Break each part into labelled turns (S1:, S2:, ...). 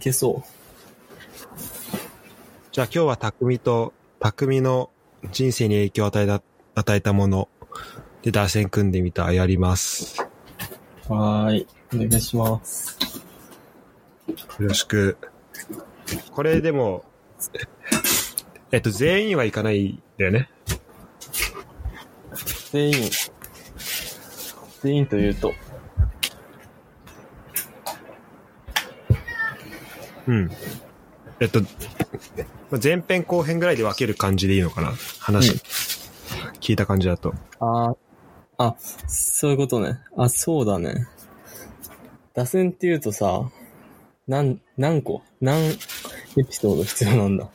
S1: けそ
S2: じゃあ今日は匠と、匠の人生に影響を与えた、与えたもので打線組んでみたやります。よ
S1: う。はーい。お願いします。
S2: ろしく。これでも、えっと、全員はいかないんだよね。
S1: 全員。全員というと、
S2: うん。えっと、まあ前編後編ぐらいで分ける感じでいいのかな話、
S1: うん
S2: 聞いた感じだと。
S1: あーあ、そういうことね。あ、そうだね。打線っていうとさ、何、何個何エピソード必要なんだ
S2: やっ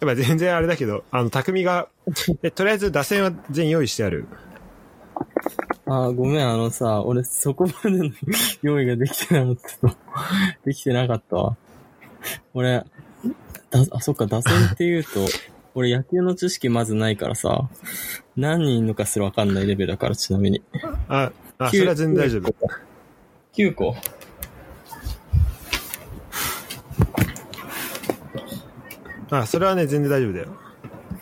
S2: ぱ全然あれだけど、あの、匠が、えとりあえず打線は全員用意してある。
S1: あーごめん、あのさ、俺そこまでの 用意ができてなかった。 できてなかったわ。俺、だ、あ、そっか、打線っていうと、 俺野球の知識まずないからさ、何人いるのかすらわかんないレベルだから、ちなみに。
S2: あ、あ、それは全然大丈夫。
S1: 9個
S2: あ、それはね、全然大丈夫だよ。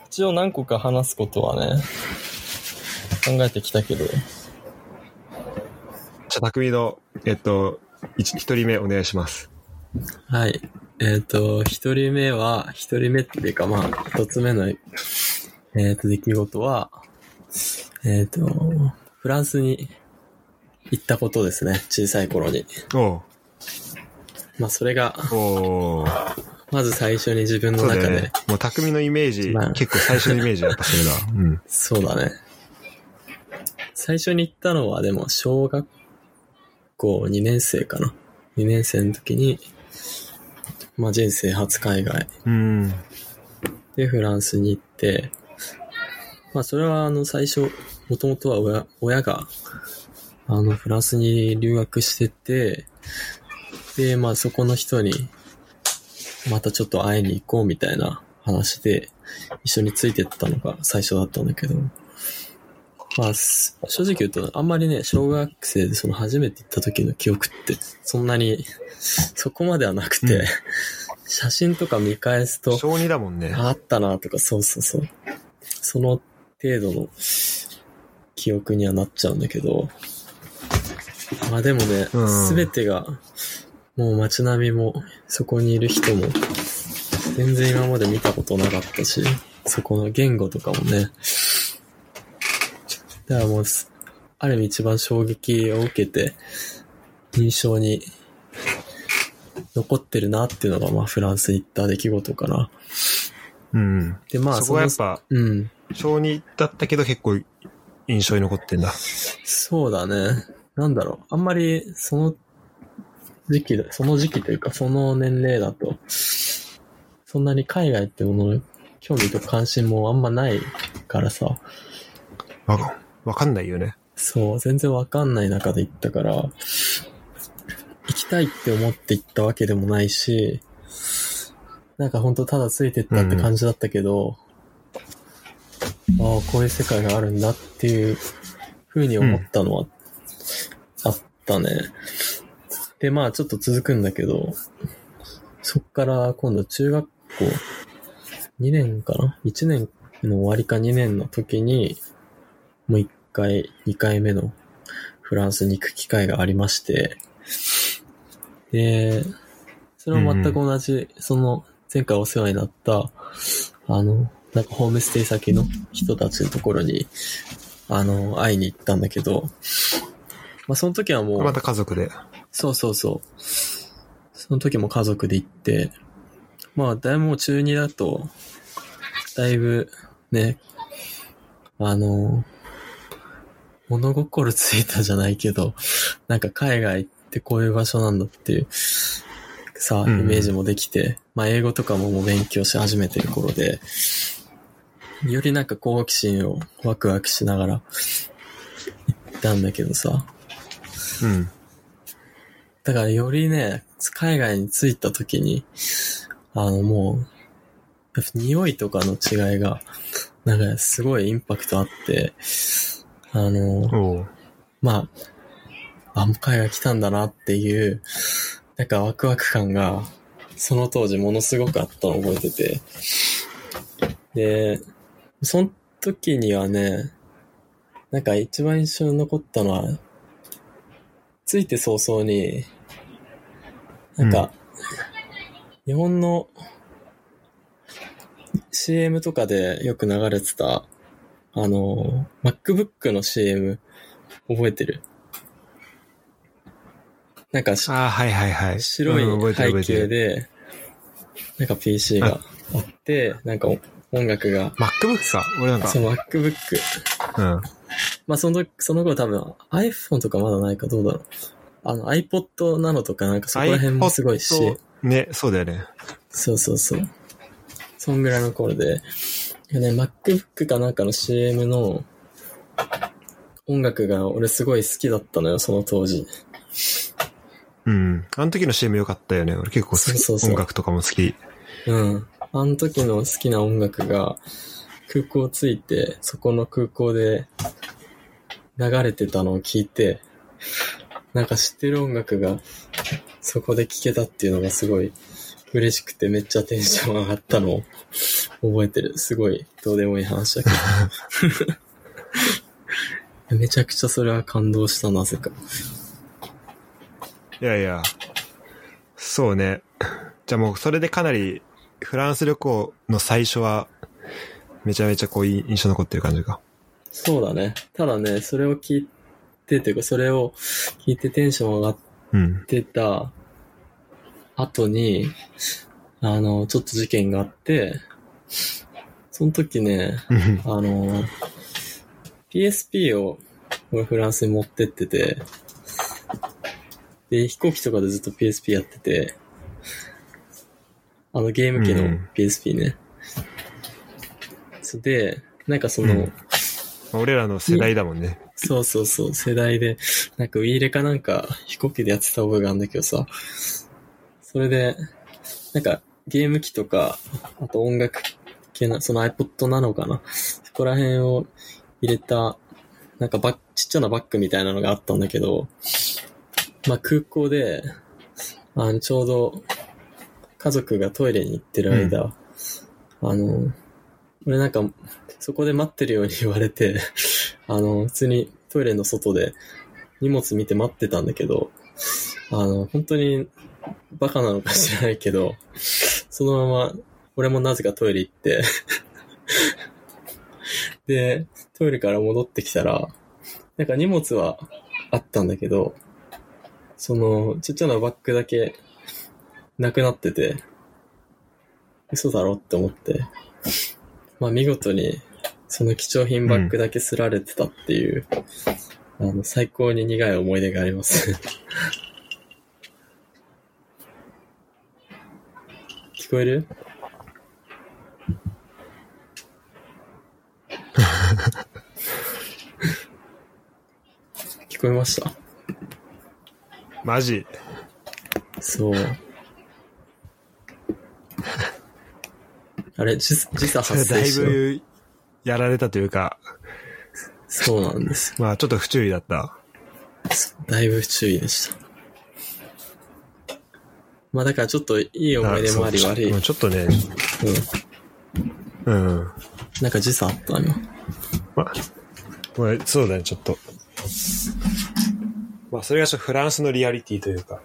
S1: 一応何個か話すことはね、考えてきたけど。
S2: じゃあ、匠の、えっと、一一人目お願いします。
S1: はい。えっ、と、一人目は、一人目っていうか、まあ、一つ目の、えっ、と、出来事は、えっ、と、フランスに行ったことですね。小さい頃に。
S2: お
S1: まあ、それが、
S2: うおう
S1: まず最初に自分
S2: そ
S1: の
S2: うだ
S1: 中
S2: よ
S1: で、
S2: ね。もう匠のイメージ、
S1: まあ
S2: 結構最初のイメージだった、それだ。うん。
S1: そうだね。最初に行ったのは、でも、小学校2年生かな。2年生の時に、まあ、人生初海外。
S2: うん。
S1: で、フランスに行って、まあ、それは、あの、最初、もともとは親、親が、あの、フランスに留学してて、で、まあ、そこの人に、またちょっと会いに行こうみたいな話で、一緒についてったのが最初だったんだけど、まあ、す正直言うと、あんまりね、小学生でその初めて行った時の記憶って、そんなに、そこまではなくて、
S2: うん
S1: 写真とか見返すと、
S2: 小二だもんね。
S1: あったなとか、そうそうそう。その程度の記憶にはなっちゃうんだけど。まあでもね
S2: うん、
S1: すべ、てが、もう街並みも、そこにいる人も、全然今まで見たことなかったし、そこの言語とかもね。だからもうす、ある意味一番衝撃を受けて、印象に残ってるなっていうのが、まあフランスに行った出来事かな。
S2: うん。
S1: で、まあ、
S2: そこがやっ
S1: その
S2: ぱ、
S1: うん。
S2: 小二だったけど結構印象に残ってんだ。
S1: そうだね。なんだろう。あんまり、その時期だ、その時期というか、その年齢だと、そんなに海外ってものの興味と関心もあんまないからさ、
S2: わかわかんないよね。
S1: そう、全然わかんない中で行ったから、行きたいって思って行ったわけでもないし、なんかほんとただついてったって感じだったけど、ああ、こういう世界があるんだっていうふうに思ったのは、あったね。で、まあちょっと続くんだけど、そっから今度中学校2年かな ?1 年の終わりか2年の時に、もう1回、2回目のフランスに行く機会がありまして、で、それは全く同じ、その前回お世話になった、あの、なんかホームステイ先の人たちのところに、あの、会いに行ったんだけど、まあその時はもう、
S2: また家族で。
S1: そうそうそう。その時も家族で行って、まあ、だいぶもう中2だと、だいぶ、ね、あの、物心ついたじゃないけど、なんか海外ってこういう場所なんだっていう、さ、イ
S2: うん
S1: メージもできて、まあ、英語とかももう勉強し始めてる頃で、よりなんか好奇心をワクワクしながら行ったんだけどさ、
S2: うん。
S1: だからよりね、海外に着いた時に、あのもう、やっぱ匂いとかの違いが、なんかすごいインパクトあって、あの、
S2: おう
S1: まあ、あ、もう海外来たんだなっていう、なんかワクワク感が、その当時ものすごくあったのを覚えてて。で、その時にはね、なんか一番印象に残ったのは、ついて早々に、なんか、日本の CM とかでよく流れてた、あの、MacBook の CM、覚えてるなんかし、
S2: ああ、はいはいはい。
S1: 白
S2: うん覚
S1: い
S2: えて
S1: 背
S2: る覚えて
S1: 景
S2: る。
S1: で、なんか PC があって、なんか音楽が、
S2: MacBook か。俺なんか
S1: そ、の MacBook。
S2: うん。
S1: まあその時、その頃多分 iPhone とかまだないかどうだろう。あの iPod なのとかなんかそこら辺もすごいし、
S2: iPod ね、そうだよね。
S1: そうそうそう。そんぐらいの頃で、いやね、MacBook かなんかの CM の音楽が俺すごい好きだったのよ、その当時。
S2: うん。あの時の CM 良かったよね。俺結構好き
S1: そうそうそう
S2: 音楽とかも好き。
S1: うん。あの時の好きな音楽が、空港着いて、そこの空港で流れてたのを聞いて、なんか知ってる音楽が、そこで聴けたっていうのがすごい嬉しくて、めっちゃテンション上がったのを覚えてる。すごい、どうでもいい話だけど。めちゃくちゃそれは感動したなぜか。
S2: いやいや。そうね。じゃあもうそれでかなりフランス旅行の最初はめちゃめちゃこういい印象残ってる感じか。
S1: そうだね。ただね、それを聞いて、というか、それを聞いてテンション上がっ
S2: うん
S1: っ。てた後に、あの、ちょっと事件があって、その時ね、
S2: うん
S1: あの、PSP を俺フランスに持ってってて、で、飛行機とかでずっと PSP やってて、あのゲーム機
S2: う
S1: の
S2: ん
S1: PSP ね。そうで、なんかその、
S2: うん 俺らの世代だもんね。
S1: そうそうそう、世代で、なんかウィーレかなんか飛行機でやってた覚えがあるんだけどさ、それで、なんかゲーム機とか、あと音楽系な、その iPod なのかな、そこら辺を入れた、なんかバッちっちゃなバッグみたいなのがあったんだけど、まあ空港で、あの、ちょうど家族がトイレに行ってる間、あの、俺なんか、そこで待ってるように言われて、あの、普通にトイレの外で荷物見て待ってたんだけど、あの、本当にバカなのか知らないけど、そのまま、俺もなぜかトイレ行って、 で、トイレから戻ってきたら、なんか荷物はあったんだけど、その、ちっちゃなバッグだけ、なくなってて、嘘だろって思って、まあ見事に、その貴重品バッグだけすられてたっていう、あの、最高に苦い思い出があります。 聞こえる聞こえました
S2: マジ。
S1: そう。あれ、時時差
S2: それ
S1: 発
S2: だ
S1: 生
S2: い
S1: しよう。
S2: ぶやられたというか、
S1: そうなんです。
S2: まあちょっと不注意だった。
S1: だいぶ不注意でした。まあだからちょっといい思い出もあり
S2: そう
S1: 悪い。う
S2: ま
S1: ん
S2: あ。ちょっとね、うん。
S1: なんか時差あった今。
S2: まあ、これ、そうだね、ちょっと。まあ、それがちょっとフランスのリアリティというか。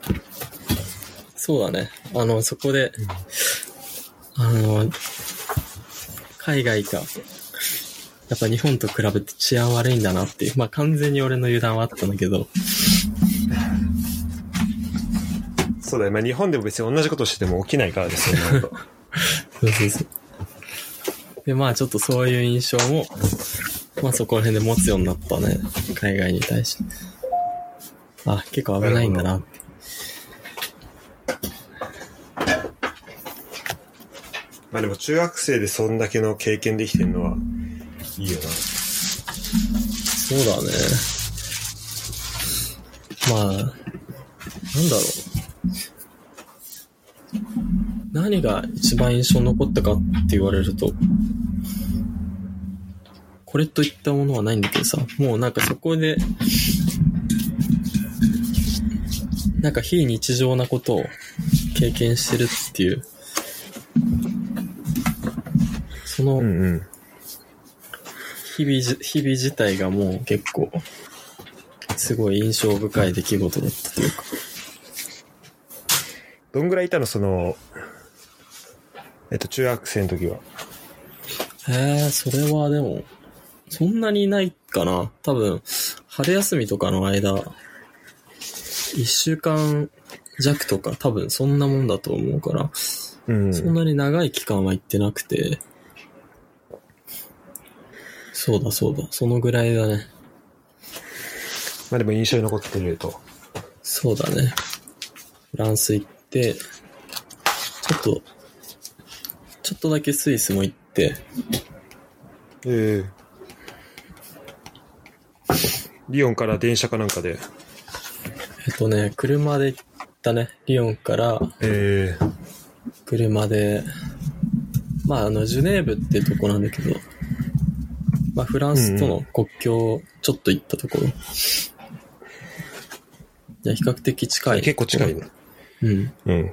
S1: そうだね。あの、そこで、あの、海外か。やっぱ日本と比べて治安悪いんだなっていう。まあ完全に俺の油断はあったんだけど。
S2: そうだね、まあ日本でも別に同じことしてても起きないからですよね。 ほんと
S1: そうそうそう。で、まあちょっとそういう印象も、まあそこら辺で持つようになったね。海外に対して。あ、結構危ないんだな。
S2: まあでも中学生でそんだけの経験できてるのは、いいよな。
S1: そうだね。まあ、なんだろう。何が一番印象に残ったかって言われると、これといったものはないんだけどさ、もうなんかそこで、なんか非日常なことを経験してるっていう、その
S2: うんうん。
S1: 日々じ、日々自体がもう結構、すごい印象深い出来事だったというか。
S2: どんぐらいいたのその、えっと、中学生の時は。
S1: へえ、それはでも、そんなにいないかな。多分、春休みとかの間、一週間弱とか、多分そんなもんだと思うから、
S2: うん。
S1: そんなに長い期間は行ってなくて、そうだそうだ、そのぐらいだね。
S2: まあでも印象に残ってると。
S1: そうだね。フランス行って、ちょっと、ちょっとだけスイスも行って、
S2: ええリオンから電車かなんかで。
S1: えっとね、車で行ったね。リヨンから
S2: ええ
S1: 車で、まあ、あの、ジュネーブっていうとこなんだけど、まあ、フランスとの国境をちょっと行ったところ。いや、比較的近い。
S2: 結構近い。ね。
S1: うん。
S2: うん。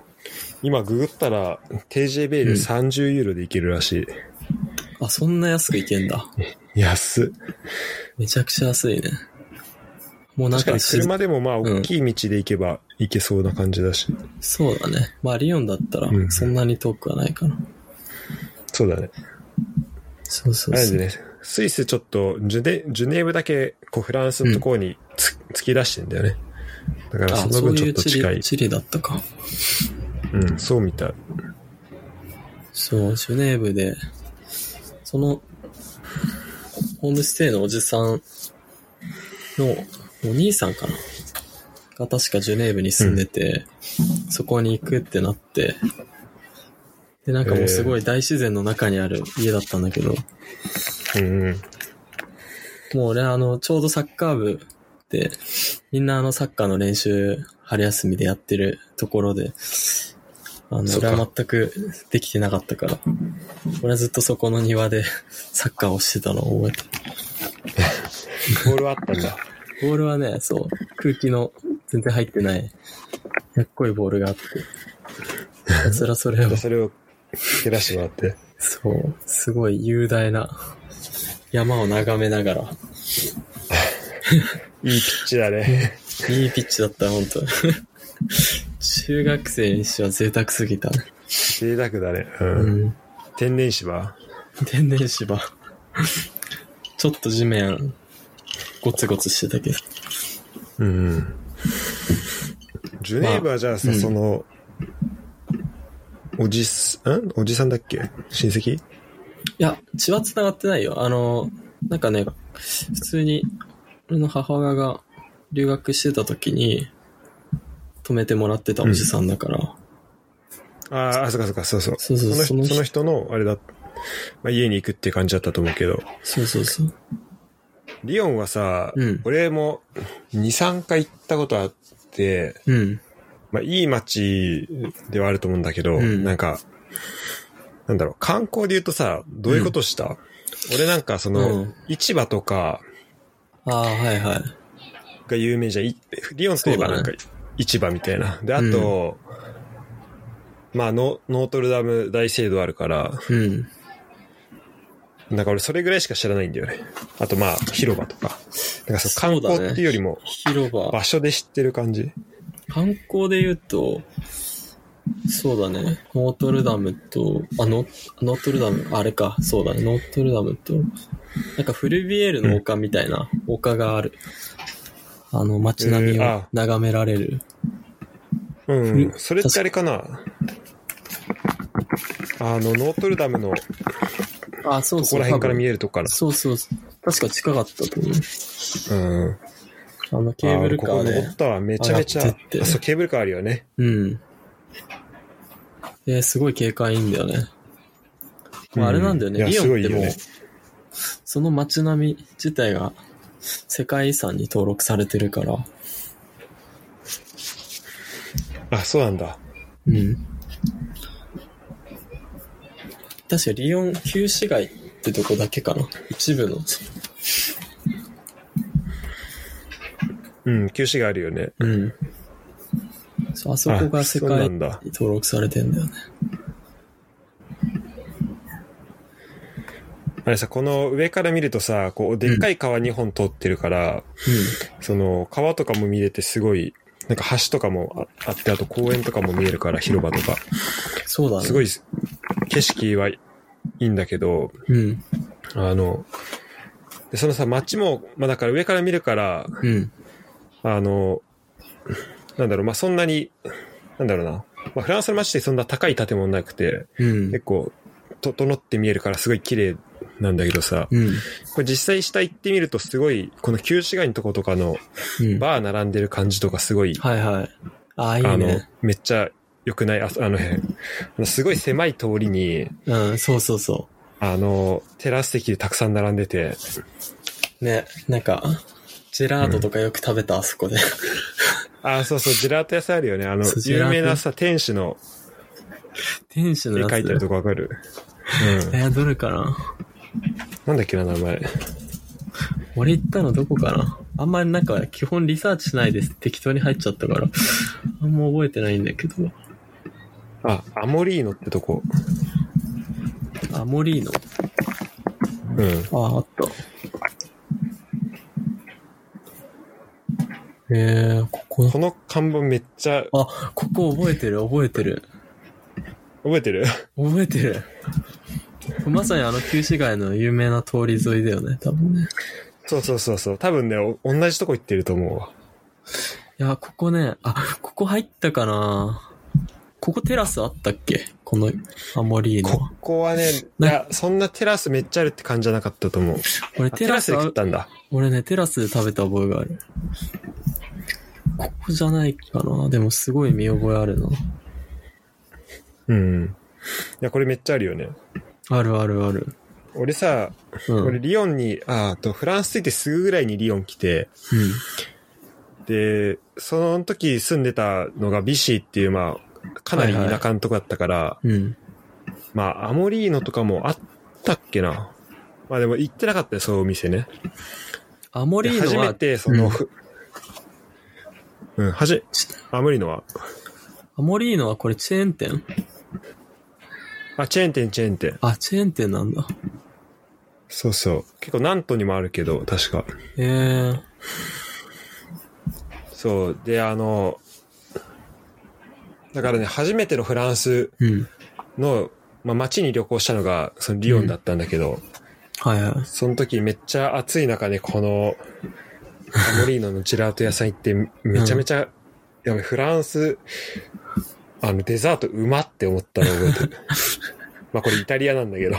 S2: 今ググったら、TJB で30ユーロで行けるらしい。
S1: あ、そんな安く行けんだ。
S2: 安っ。
S1: めちゃくちゃ安いね。もうなん
S2: 確か
S1: か
S2: に
S1: しず、
S2: 車でもまあ大きい道で行けば行けそうな感じだし。
S1: そうだね。まあ、リヨンだったら
S2: う、ん
S1: そんなに遠くはないかな。
S2: そうだね。
S1: そうそう
S2: あれ
S1: そ
S2: で
S1: う。
S2: ね、スイスちょっとジュネ、ジュネーブだけこうフランスのところにつ、突き出してんだよね。だからそ
S1: あ、
S2: の
S1: そ
S2: 分
S1: う
S2: ち
S1: い
S2: ょ
S1: う
S2: っと
S1: 地
S2: 近い。
S1: 理、地理だったか。
S2: うん、そうみたい。
S1: そう、ジュネーブで、その、ホームステイのおじさんのお兄さんかなが確かジュネーブに住んでて、そこに行くってなって、で、なんかもうすごい大自然の中にある家だったんだけど、
S2: うんうん。
S1: もう俺あの、ちょうどサッカー部で、みんなあのサッカーの練習、春休みでやってるところで、あの、
S2: そっか
S1: 俺は全くできてなかったから、俺はずっとそこの庭で サッカーをしてたのを覚えて
S2: ボールはあったんだ。
S1: るボールはね、そう、空気の全然入ってない、やっこいボールがあって、ひたすらそれを
S2: で、それを蹴らしてもらって。
S1: そう、すごい雄大な山を眺めながら、
S2: いいピッチ だね。
S1: いいピッチだった、本当中学生にしては贅沢すぎたね。
S2: 贅沢だね。う。
S1: うんん。
S2: 天然芝
S1: 天然芝。ちょっと地面、ゴツゴツしてたけど。
S2: うんうん。ジュネーブはじゃあさ、
S1: まあうん
S2: その、おじす、んおじさんだっけ親戚
S1: いや、血は繋がってないよ。あの、なんかね、普通に、俺の母親が留学してた時に、泊めてもらってたおじさんだから、
S2: あーあ、そっかそっか、そうそう。
S1: そうそう
S2: そ
S1: そ
S2: の
S1: の
S2: 人
S1: 人
S2: その人の、あれだ、まあ、家に行くっていう感じだったと思うけど、
S1: そうそうそう。
S2: リオンはさ、
S1: うん
S2: 俺も2、3回行ったことあって、
S1: うん。
S2: まあ、いい街ではあると思うんだけど、
S1: うん
S2: なんか、なんだろう、観光で言うとさ、どういうことした、俺なんかその、
S1: うん
S2: 市場とか
S1: ああ、はいはい。
S2: が有名じゃん。いリオンといえばな
S1: そ
S2: んか、
S1: う
S2: 市場みたいな。で、あと、まあノ、ノートルダム大聖堂あるから、
S1: うん。
S2: なんか俺それぐらいしか知らないんだよね。あとまあ、広場とか。なんかそう、
S1: そ
S2: 観
S1: うだね
S2: 光っていうよりも、
S1: 広場。
S2: 場所で知ってる感じ。
S1: 観光で言うと、そうだね、ノートルダムと、あ、ノノートルダム、あれか、そうだね、ノートルダムと、なんかフルビエールの丘みたいな丘がある。あの、街並み
S2: えー
S1: を
S2: あ
S1: 眺められる。
S2: うん。
S1: ふ
S2: それってあれかなあの、ノートルダムのこ
S1: あ、そう
S2: こ
S1: そう。
S2: ら辺から見
S1: え
S2: えるとこかな。
S1: そうそうそう。確か近かったと思
S2: うん。
S1: う。あの、ケーブルカ
S2: あ
S1: ー
S2: 俺ここ
S1: で
S2: 登っ。たわ。めちゃめち
S1: 上
S2: ゃ
S1: がってって。
S2: あそう、ケーブルカーあるよね。
S1: うん。えーすごい景観いいんだよね。まあ、あ
S2: うん
S1: れなんだよね、
S2: いや
S1: リオ
S2: すご
S1: ンっ
S2: い
S1: てもう、
S2: よね
S1: その街並み自体が世界遺産に登録されてるから、
S2: あ、そうなんだ。
S1: うん。確かリオン旧市街ってとこだけかな。一部の。
S2: うん、旧市があるよね。
S1: うん。そうあそこが世
S2: あそう
S1: 界
S2: なんだ。
S1: 登録されてんだよね。
S2: あれさ、この上から見るとさ、こう、でっかい川2本通ってるから、その、川とかも見れてすごい、なんか橋とかもああって、あと公園とかも見えるから、広場とか。
S1: うん。そうだね。
S2: すごい、景色はいいんだけど、
S1: うん。
S2: あの、でそのさ、街も、まあだから上から見るから、
S1: うん。
S2: あの、なんだろう、まあそんなに、なんだろうな。まあフランスの街ってそんな高い建物なくて、
S1: うん
S2: 結。構、整って見えるからすごい綺麗なんだけどさ、
S1: うん。
S2: これ実際下行ってみるとすごい、この旧市街のとことかの
S1: うん。
S2: バー並んでる感じとかすごい、
S1: はいはい。ああ、い
S2: あ
S1: い
S2: の
S1: ね。、
S2: めっちゃ良くない、ああの 辺。あのすごい狭い通りに、
S1: うん、そうそうそ
S2: あの、テラス席でたくさん並んでて、
S1: う。ね、なんか、ジェラートとかよく食べた、あそこ で。
S2: あ、そうそう、ジェラート屋さんあるよね。あの
S1: そう、ジェラ
S2: 有
S1: ート
S2: 名なさ、天使の
S1: 天使の
S2: 絵
S1: やつ。
S2: 描いてるとこわかる。うん。
S1: えー、どれかな
S2: なんだっけな、名前。
S1: 俺行ったのどこかなあんまりなんか、基本リサーチしないです。適当に入っちゃったから。あんま覚えてないんだけど。
S2: あ、アモリーノってとこ。
S1: アモリーノ。
S2: うん。
S1: あ、あった。えー、ここ
S2: こ。の看板めっちゃ、
S1: あ、ここ覚えてる、覚えてる。
S2: 覚えてる
S1: 覚えてる。まさにあの旧市街の有名な通り沿いだよね、多分ね。
S2: そうそうそうそう。多分ね、お同じとこ行ってると思うわ。
S1: いや、ここね、あ、ここ入ったかなここテラスあったっけこのアモリーノ
S2: こ
S1: は。
S2: こはね、い
S1: な
S2: や、そん なテラスめっちゃあるって感じじゃなかったと思う。
S1: 俺
S2: あ
S1: テ
S2: テ
S1: ラ
S2: ラス
S1: ス
S2: で
S1: あ
S2: 食ったんだ。
S1: 俺ね、テラスで食べた覚えがある。ここじゃないかなでもすごい見覚えあるな。
S2: うん。いや、これめっちゃあるよね。
S1: あるあるある。
S2: 俺さ、
S1: うん。
S2: 俺リヨンに、ああと、フランス着いてすぐぐらいにリヨン来て、
S1: うん。
S2: で、その時住んでたのがビシーっていう、まあ、かなり田舎のとこだったから、
S1: うん。
S2: まあ、アモリーノとかもあったっけな。まあでも行ってなかったよ、そういうお店ね。
S1: アモ
S2: で
S1: リーノは、
S2: 初めて、その、
S1: うん
S2: うん、はじ、アモリーノは。
S1: アモリーノはこれチェーン店
S2: あ、チェーン店、チェーン店。
S1: あ、チェーン店なんだ。
S2: そうそう。結構南都にもあるけど、確か。
S1: えー。
S2: そう。で、あの、だからね、初めてのフランス
S1: うん。
S2: の、まあ、街に旅行したのが、そのリヨンだったんだけど、
S1: はい はい。
S2: その時めっちゃ暑い中で、この、アモリーノのジェラート屋さん行って、めちゃめちゃ、やべ、フランス、あの、デザートうまって思ったの覚えて る。まあこれイタリアなんだけど。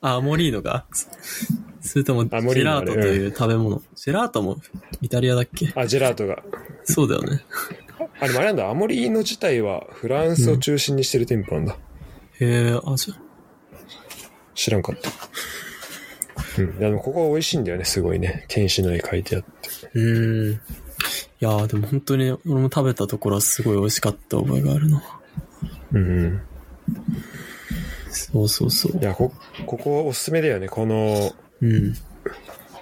S1: あ、アモリーノがそれとも、ジ
S2: アモリ
S1: ェ
S2: ーノ
S1: ラ
S2: あ
S1: ー
S2: れ
S1: トという食べ物。ジェラートもイタリアだっけ
S2: あ、ジェラートが。
S1: そうだよね。
S2: あ、でもあれなんだ、アモリーノ自体はフランスを中心にしてる店舗なんだ。
S1: へえ、あ、じゃ
S2: 知らんかった。うん。いやでもここは美味しいんだよね、すごいね。天使の絵描いてあって。
S1: うーん。いやーでも本当に俺も食べたところはすごい美味しかった覚えがあるな。
S2: うんうん。
S1: そうそうそ
S2: いや、こ、ここおすすめだよね。この、
S1: う。うん。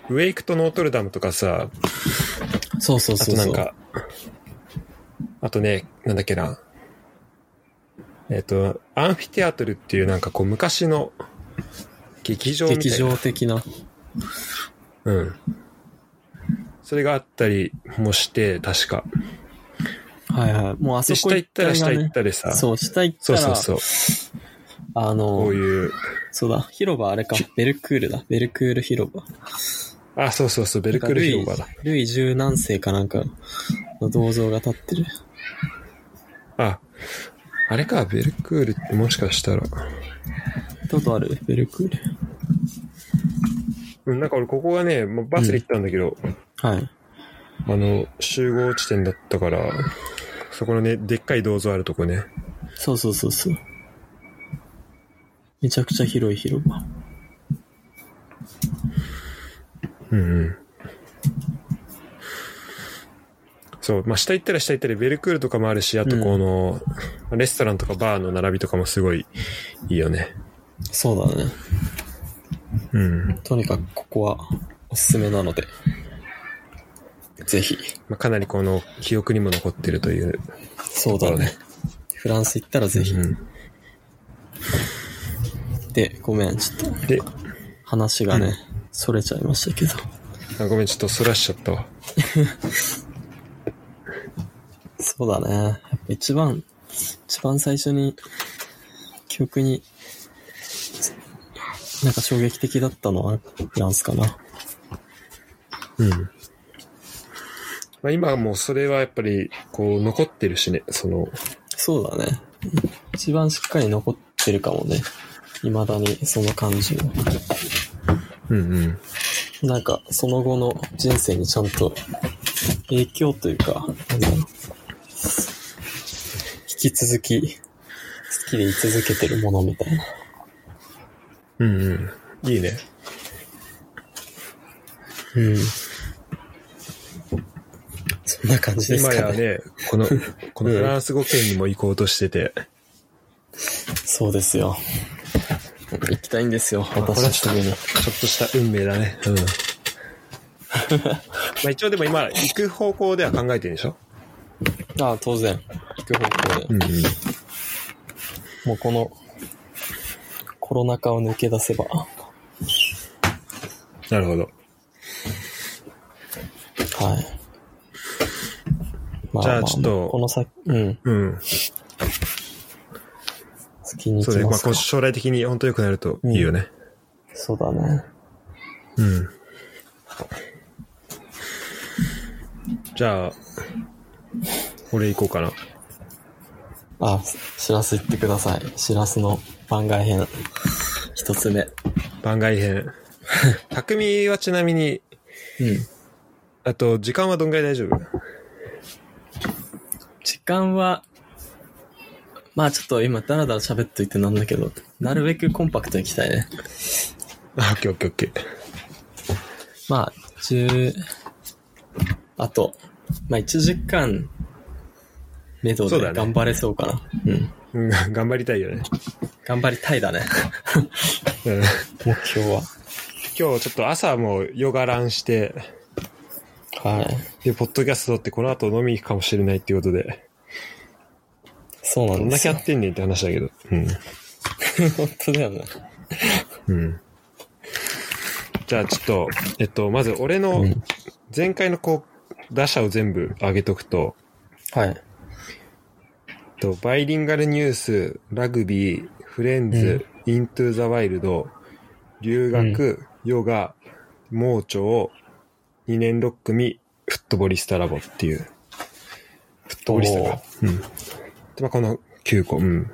S2: ウェイクとノートルダムとかさ、
S1: そうそう
S2: あ
S1: そ
S2: と
S1: う
S2: な
S1: そ
S2: ん
S1: う。
S2: か、あとね、なんだっけな。えっと、アンフィテアトルっていうなんかこう昔の劇場みた
S1: 劇
S2: いな。
S1: 場的な。
S2: うん。それがあったりもして、確か。
S1: はいはい。もうあそ
S2: で、
S1: こ
S2: 下行ったら
S1: 一
S2: 下
S1: 帯が
S2: 行
S1: ね
S2: ったでさ、
S1: そう、下行っ
S2: そ
S1: た
S2: う
S1: ら、
S2: そうそう。
S1: あの
S2: こういう、
S1: そうだ、広場あれか、ベルクールだ、ベルクール広場。
S2: あ、そうそうそう、ベルクル広場だ。
S1: ルイ十何世かなんかの銅像が立ってる。
S2: あ、あれか、ベルクールってもしかしたら。
S1: 行ったことあるベルクール。
S2: うん、なんか俺ここがね、まあバスで行ったんだけど、
S1: はい。
S2: あの、集合地点だったから、そこのね、でっかい銅像あるとこね。
S1: そうそうそうそう。めちゃくちゃ広い広場。
S2: うんうん。そう、まあ、下行ったら下行ったり、ベルクールとかもあるし、あとこの、レストランとかバーの並びとかもすごいいいよね。
S1: そうだね。
S2: うん。
S1: とにかくここはおすすめなので。ぜひ。
S2: まあ、かなりこの記憶にも残ってるという。
S1: そうだ
S2: そうだね
S1: ね。フランス行ったらぜひ。
S2: うん
S1: で、ごめん、ちょっと
S2: で、
S1: 話がね、
S2: うん
S1: それちゃいましたけど。
S2: あごめん、ちょっとそらしちゃったわ。
S1: そうだね。やっぱ一番、一番最初に、記憶に、なんか衝撃的だったのはフランスかな。
S2: うん。まあ、今はもうそれはやっぱり、こう、残ってるしね、その、
S1: そうだね。一番しっかり残ってるかもね。未だにその感じも。
S2: うんうん。
S1: なんか、その後の人生にちゃんと影響というか、なんだろう引き続き、好きで居続けてるものみたいな。
S2: うんうん。いいね。
S1: うん。そんな感じです
S2: 今
S1: か
S2: や
S1: ね。
S2: ね、こ の、このフランス語圏にも行こうとしてて、
S1: そうですよ。行きたいんですよ、私たちのに。
S2: ちょっとした運命だね。 うん。まあ一応でも今、行く方向では考えてるんでしょ
S1: ああ、当然。行く方向で。
S2: んうん。
S1: もうこの、コロナ禍を抜け出せば。
S2: なるほど。
S1: はい。ま
S2: じゃあちょっと
S1: この先、うん、
S2: うん。
S1: 先に行
S2: そう
S1: き
S2: ね。ま
S1: ま
S2: あ
S1: すか
S2: こう将来的に本当良くなるといいよね。
S1: そうだね。
S2: うん。じゃあ、俺行こうかな。
S1: あ、しらす言ってください。しらすの番外編。一つ目。うん。
S2: 番外 編。匠はちなみに、あと、時間はどんぐらい大丈夫
S1: 時間は、まあちょっと今ダラダラ喋っといてなんだけど、なるべくコンパクトにいきたいね。
S2: あ、オッケーオッケーオッケー。
S1: まあ、10、あと、まあ1時間、目処
S2: そう
S1: で
S2: だね
S1: 頑張れそうかな。うん。
S2: うん頑張りたいよね。
S1: 頑張りたいだね。
S2: うん
S1: 目標は。
S2: 今日ちょっと朝もうヨガランして、
S1: はい。
S2: で、ポッドキャスト撮ってこの後飲み行くかもしれないっていうことで、
S1: そうな
S2: ど
S1: ん
S2: ん
S1: で
S2: だ
S1: す
S2: けや
S1: よ
S2: っ。てんねんって話だけど。
S1: 本当だよね。
S2: うん。うん。じゃあちょっと、えっと、まず俺の
S1: うん
S2: 前回のこう、打者を全部上げとくと、
S1: はい。
S2: えっとバイリンガルニュース、ラグビー、フレンズ、イントゥーザワイルド、留学、ヨガ、盲腸、2年6組、フットボリスタラボっていう。フットボリスタか。うん。で、まあ、この9個。うん。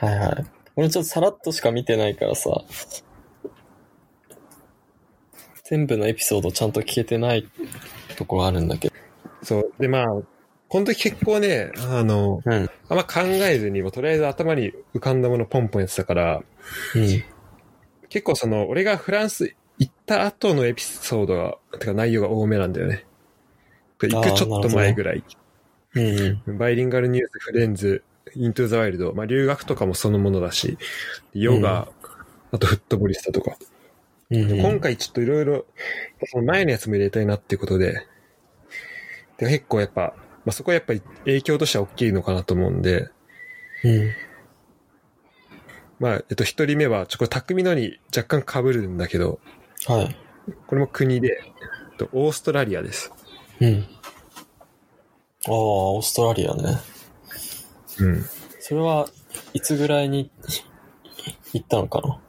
S1: はいはい。俺ちょっとさらっとしか見てないからさ、全部のエピソードちゃんと聞けてないところあるんだけど。
S2: そう。で、まあ、この時結構ね、あの、
S1: うん。
S2: あんま考えずに、もうとりあえず頭に浮かんだものポンポンやってたから、
S1: うん。
S2: 結構その、俺がフランス行った後のエピソードが、てか内容が多めなんだよね。行くちょっと前ぐらい。
S1: うんうん。
S2: バイリンガルニュース、フレンズ、イントゥザワイルド、まあ、留学とかもそのものだし、ヨガ、あとフットボリスタとか。
S1: うんうん、
S2: 今回ちょっといろいろ、その前のやつも入れたいなっていうことで、で結構やっぱ、まあ、そこはやっぱり影響としては大きいのかなと思うんで、
S1: うん。
S2: まあ、えっと、一人目は、ちょ、これ、匠のに若干被るんだけど、
S1: はい。
S2: これも国で、えっとオーストラリアです。
S1: うん。ああ、オーストラリアね。
S2: うん。
S1: それはいつぐらいに行ったのかな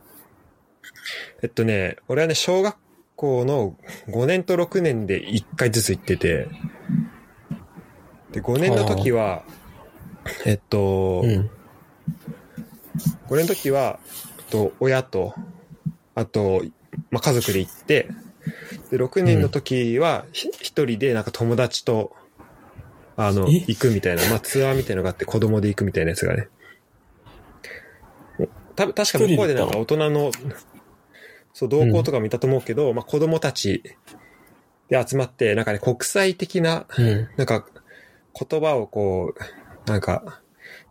S2: えっとね、俺はね、小学校の5年と6年で1回ずつ行ってて、で、5年の時は、えっと、
S1: うん。
S2: 5年の時は、えっと、親と、あと、まあ、家族で行って、で、6年の時は、ひ一人で、なんか友達と、あの、
S1: え
S2: 行くみたいな、まあ、ツアーみたいなのがあって、子供で行くみたいなやつがね。た確か向こうでなんか大人の、そう、同行とか見たと思うけど、まあ、子供たちで集まって、なんかね、国際的な、
S1: うん。
S2: なんか、言葉をこう、なんか、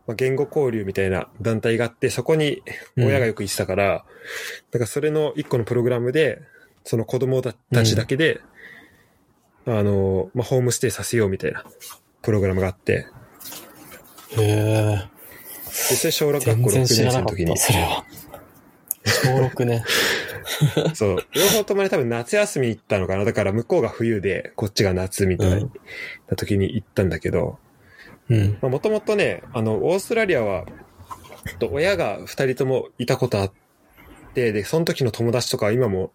S2: まあ言語交流みたいな団体があって、そこに親がよく行ってたから、なんかそれの一個のプログラムで、その子供たたちだけで、あの、まあ、ホームステイさせようみたいなプログラムがあって、
S1: へえ。
S2: 実際小学校
S1: 全
S2: 6
S1: 然
S2: 年
S1: 知ら
S2: 生
S1: な
S2: の
S1: かっ
S2: 時に
S1: た、、それは。小6ね。
S2: そう、両方ともに多分夏休み行ったのかな。だから向こうが冬で、こっちが夏みたい
S1: うん
S2: な時に行ったんだけど、
S1: うん。
S2: まあ、もともとね、あの、オーストラリアは、と親が二人ともいたことあって、で、その時の友達とかは今も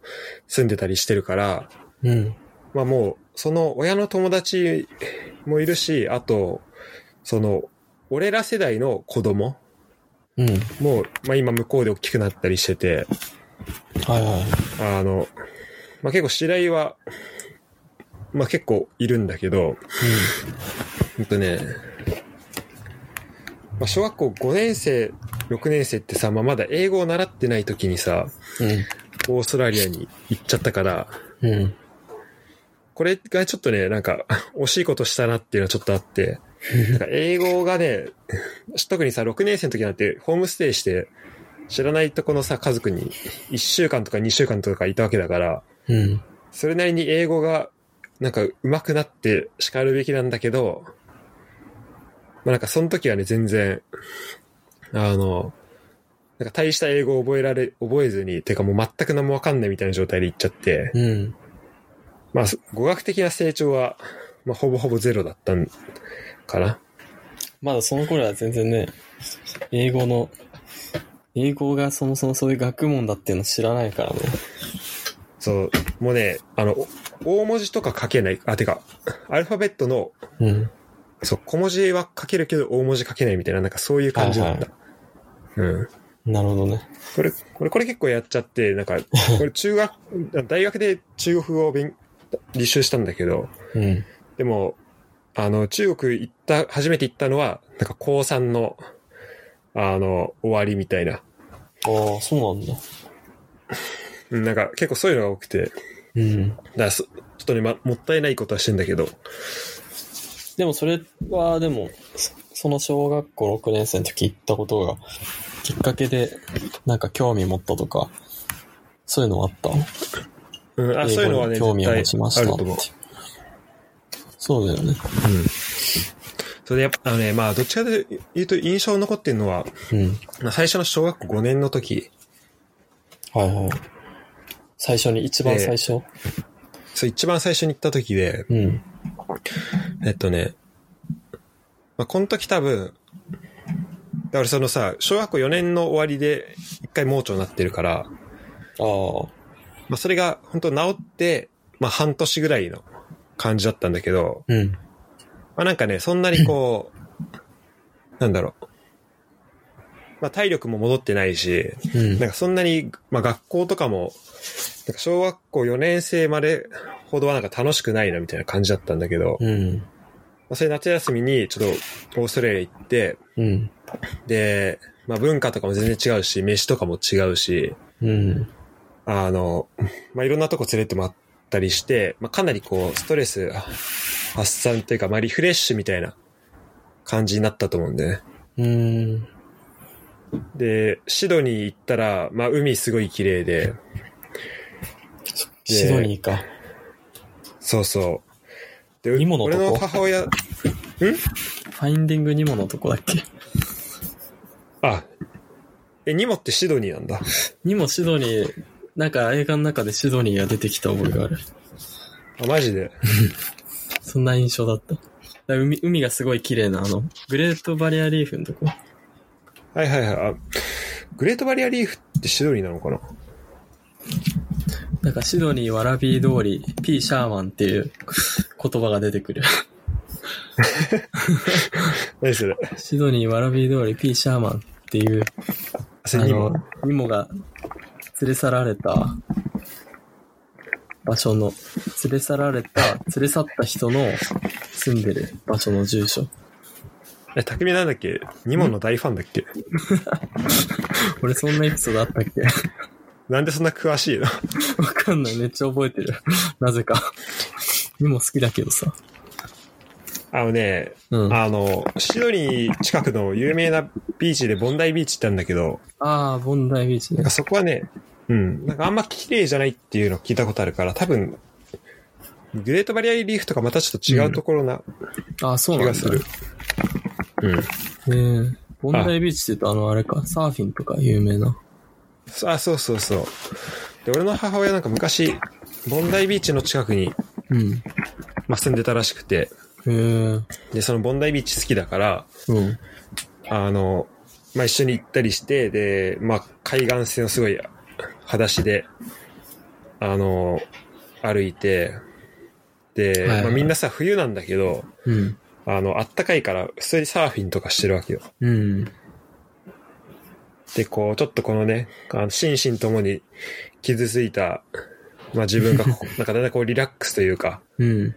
S2: 住んでたりしてるから、
S1: うん。
S2: まあもう、その親の友達もいるし、あと、その、俺ら世代の子供
S1: うん。はい
S2: も、まあ今向こうで大きくなったりしてて、
S1: は
S2: あの、まあ結構知り合いは、まあ結構いるんだけど、ほんとね、まあ、小学校5年生、6年生ってさ、まあ、まだ英語を習ってない時にさ、
S1: い。
S2: オーストラリアに行っちゃったから、
S1: うん。うん。
S2: これがちょっとね、なんか、 惜しいことしたなっていうのはちょっとあって、なんか英語がね、特にさ、6年生の時なんて、ホームステイして、知らないとこのさ、家族に1週間とか2週間とかいたわけだから、
S1: うん。
S2: それなりに英語が、なんか、上手くなって叱るべきなんだけど、まあなんか、その時はね、全然、あの、なんか大した英語を覚えられ、覚えずに、てかもう全く何もわかんないみたいな状態で行っちゃって、
S1: うん。
S2: まあ、語学的な成長は、まあ、ほぼほぼゼロだったんかな。
S1: まだその頃は全然ね、英語の、英語がそもそもそういう学問だっていうの知らないからね。
S2: そう、もうね、あの、お大文字とか書けない、あ、てか、アルファベットの、
S1: うん。
S2: そう、小文字は書けるけど大文字書けないみたいな、なんかそういう感じだった。うん。
S1: なるほどね。
S2: これ、これ、これ結構やっちゃって、な んか、これ中学、大学で中国語を勉、履修したんだけど、
S1: うん。
S2: でも、あの、中国行った、初めて行ったのは、なんか高3の、あの、終わりみたいな。
S1: ああ、そうなんだ。
S2: うんなんか結構そういうのが多くて、
S1: うん。
S2: だからそちょっとね、ま、もったいないことはしてんだけど、
S1: でもそれは、でも、そその小学校6年生の時行ったことが、きっかけで、なんか興味持ったとか、そういうのはあった
S2: うん、あ、そういうのはね、
S1: 英語に興味を持ちま
S2: 絶
S1: した
S2: 対あ
S1: って
S2: ると思う。
S1: そうだよね。
S2: うん。それでやっぱ、あのね、まあ、どっちかというと印象に残ってるのは、
S1: うん。
S2: まあ最初の小学校5年の時、
S1: はいはい。最初に、一番最初。
S2: そう、一番最初に行った時で、
S1: うん。
S2: えっとね、まあ、この時多分、だからそのさ、小学校4年の終わりで一回盲腸になってるから、
S1: ああ。
S2: まあ、それが本当治って、まあ、半年ぐらいの感じだったんだけど、
S1: うん。
S2: まあ、なんかね、そんなにこう、 なんだろう。まあ、体力も戻ってないし、
S1: うん
S2: なん。かそんなに、まあ、学校とかも、なんか小学校4年生までほどはなんか楽しくないなみたいな感じだったんだけど、
S1: うん。
S2: まあ、それ夏休みにちょっとオーストラリア行って、
S1: うん。
S2: で、まあ文化とかも全然違うし、飯とかも違うし、
S1: うん。
S2: あの、まあいろんなとこ連れてもらったりして、まあかなりこう、ストレス発散というか、まあリフレッシュみたいな感じになったと思うんで、ね。
S1: うん。
S2: で、シドニー行ったら、まあ海すごい綺麗で、
S1: シドニーか。
S2: そうそう。で
S1: ニモのと
S2: 俺
S1: こ
S2: の母親、
S1: ファインディングニモのとこだっけ。
S2: あ、え、ニモってシドニーなんだ。
S1: ニモシドニー、なんか映画の中でシドニーが出てきた覚えがある。
S2: あ、マジで。
S1: そんな印象だった。だから海海がすごい綺麗な、あの、グレートバリアリーフのとこ。
S2: はいはいはい。あグレートバリアリーフってシドニーなのかな
S1: なんかシドニーワラビー通り、P シャーマンっていう言葉が出てくる。
S2: 何それ
S1: シドニーワラビー通り P シャーマンっていう、
S2: そ
S1: あ
S2: れニモ
S1: の、ニモが連れ去られた場所の、連れ去られた、連れ去った人の住んでる場所の住所。
S2: え、匠なんだっけニモの大ファンだっけ
S1: 俺そんなエピソードあったっけ
S2: なんでそんな詳しいの
S1: わかんない。めっちゃ覚えてる。なぜか。ニモ好きだけどさ。
S2: あのね、
S1: うん。あ
S2: あの、シドニー近くの有名なビーチでボンダイビーチ行ったんだけど、
S1: あー、ボンダイビーチ
S2: なん
S1: ね
S2: か。そこはね、うん、なんかあんま綺麗じゃないっていうのを聞いたことあるから、多分、グレートバリアリーフとかまたちょっと違うところな
S1: あ、そう
S2: 気
S1: なん
S2: が
S1: だ。
S2: する。うん。
S1: ねえ。ボンダイビーチって言うと、あの、あれか、サーフィンとか有名な。
S2: あ、そうそうそう。で、俺の母親なんか昔、ボンダイビーチの近くに、
S1: うん。
S2: まあ、住んでたらしくて、
S1: へえ。
S2: で、そのボンダイビーチ好きだから、
S1: うん。
S2: あの、まあ、一緒に行ったりして、で、まあ、海岸線をすごい、裸足で、あの、歩いて、で、
S1: はいはい
S2: まあ、みんなさ、冬なんだけど、
S1: うん。
S2: あの、あったかいから、普通にサーフィンとかしてるわけよ。
S1: うん。
S2: で、こう、ちょっとこのね、あの心身ともに傷ついた、まあ、自分が こう、なんかだんだんこう、リラックスというか、
S1: うん。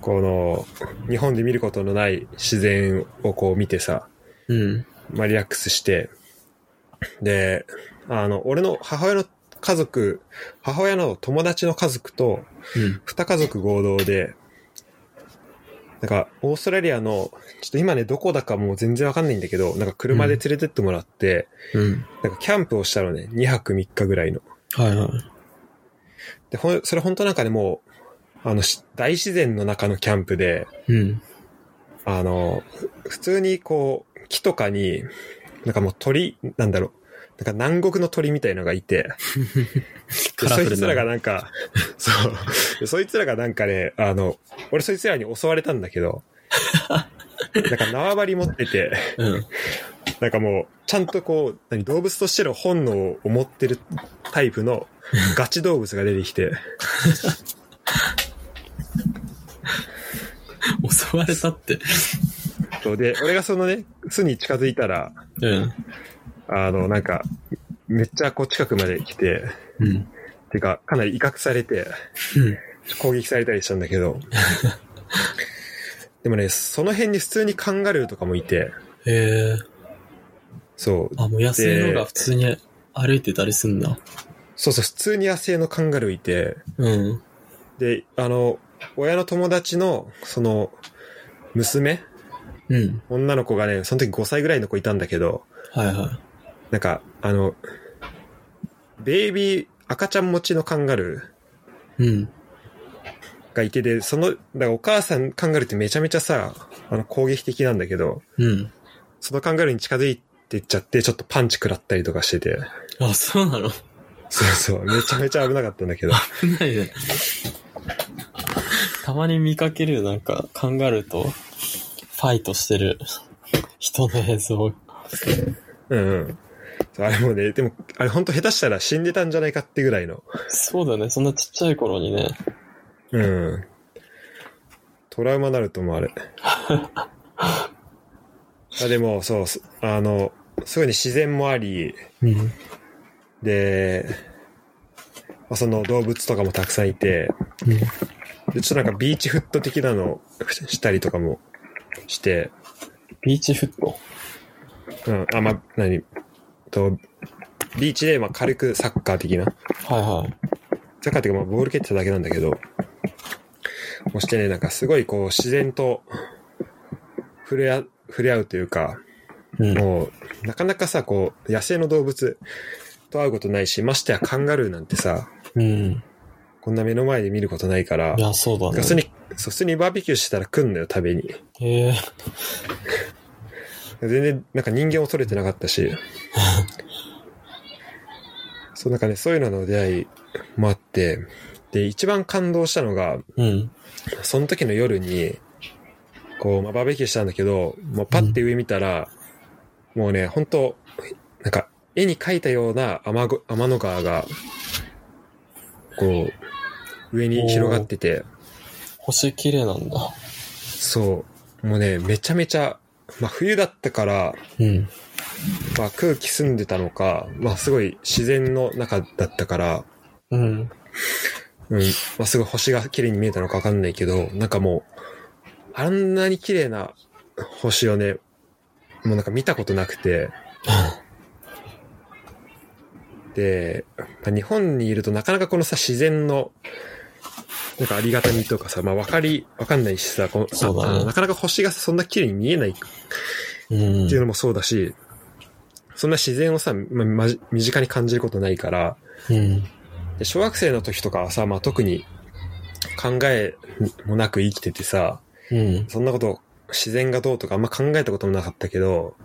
S2: この、日本で見ることのない自然をこう見てさ、
S1: うん。
S2: まあ、リラックスして、で、あの、俺の母親の家族、母親の友達の家族と、
S1: うん。
S2: 二家族合同で、なんか、オーストラリアの、ちょっと今ね、どこだかもう全然わかんないんだけど、なんか車で連れてってもらって、
S1: うん。
S2: なんかキャンプをしたのね、2泊3日ぐらいの。
S1: はいはい。
S2: で、ほん、それ本当なんかね、もう、あの、し大自然の中のキャンプで、
S1: うん。
S2: あの、ふ普通にこう、木とかに、なんかもう鳥、なんだろう、なんか南国の鳥みたいのがいて、でそいつらが
S1: な。
S2: なんか、そうで、そいつらがなんかね、あの、俺そいつらに襲われたんだけど、なんか縄張り持ってて、
S1: うん。
S2: なんかもう、ちゃんとこう、何、動物としての本能を持ってるタイプのガチ動物が出てきて、
S1: 襲われたって。
S2: そうで、俺がそのね、巣に近づいたら、
S1: うん。
S2: あの、なんか、めっちゃこう近くまで来て、
S1: うん。
S2: てか、かなり威嚇されて、攻撃されたりしたんだけど。でもね、その辺に普通にカンガルーとかもいて、
S1: へえ。
S2: そう、
S1: あ、もう野生のが普通に歩いてたりすんだ。
S2: そうそう、普通に野生のカンガルーいて、
S1: うん。
S2: で、あの、親の友達の、その、娘
S1: うん。
S2: 女の子がね、その時5歳ぐらいの子いたんだけど、
S1: はいは
S2: なんか、あの、ベイビー、赤ちゃん持ちのカンガルー、
S1: い。うん。
S2: がいてで、その、だからお母さんカンガルーってめちゃめちゃさ、あの攻撃的なんだけど、
S1: うん。
S2: そのカンガルーに近づいてっちゃって、ちょっとパンチ食らったりとかしてて、
S1: あ、そうなの
S2: そうそう、めちゃめちゃ危なかったんだけど、
S1: 危ないね。たまに見かけるよなんか、カンガルーとファイトしてる人の映像。
S2: うんうん。そうあれもね、でも、あれほんと下手したら死んでたんじゃないかってぐらいの、
S1: そうだよね。そんなちっちゃい頃にね。
S2: うん。トラウマなると思う、あれ。あでも、そう、すあの、すごいね、自然もあり、
S1: うん。
S2: で、まあその動物とかもたくさんいて、でちょっとなんかビーチフット的なのししたりとかもして、
S1: ビーチフット。
S2: うん、あ、まあ、何と、ビーチで、まあ、軽くサッカー的な、
S1: はいはい。
S2: サッカーっていうか、まあ、ボール蹴ってただけなんだけど、もしてね、なんかすごいこう、自然と、触れ合、触れ合うというか、
S1: うん。
S2: もう、なかなかさ、こう、野生の動物と会うことないし、ましてやカンガルーなんてさ、
S1: うん。
S2: こんな目の前で見ることないから
S1: い、や、そうだ
S2: 普通
S1: ね。
S2: に、そう普通にバーベキューしてたら来んのよ、食べに。
S1: へえ
S2: 全然、なんか人間を恐れてなかったし。そう、なんかね、そういうのの出会いもあって、で、一番感動したのが、
S1: うん。
S2: その時の夜に、こう、まあ、バーベキューしたんだけど、もうパッて上見たら、もうね、ほんと、なんか、絵に描いたような天ご天の川が、こう、上に広がってて、
S1: 星綺麗なんだ。
S2: そう、もうね、めちゃめちゃ、まあ、冬だったから、
S1: うん。
S2: まあ、空気澄んでたのか、まあ、すごい自然の中だったから、
S1: うん。
S2: うん、まあ、すごい星が綺麗に見えたのかわかんないけど、なんかもう、あんなに綺麗な星をね、もうなんか見たことなくて、で、まあ日本にいるとなかなかこのさ、自然の、なんかありがたみとかさ、まあ、わかり、わかんないしさ、この
S1: そうだね
S2: あのなかなか星がそんな綺麗に見えない
S1: うん。
S2: っていうのもそうだし、そんな自然をさ、ま、まじ身近に感じることないから、
S1: うん。
S2: で小学生の時とかはさ、まあ、特に、考えもなく生きててさ、
S1: うん。
S2: そんなこと、自然がどうとかあんま考えたこともなかったけど、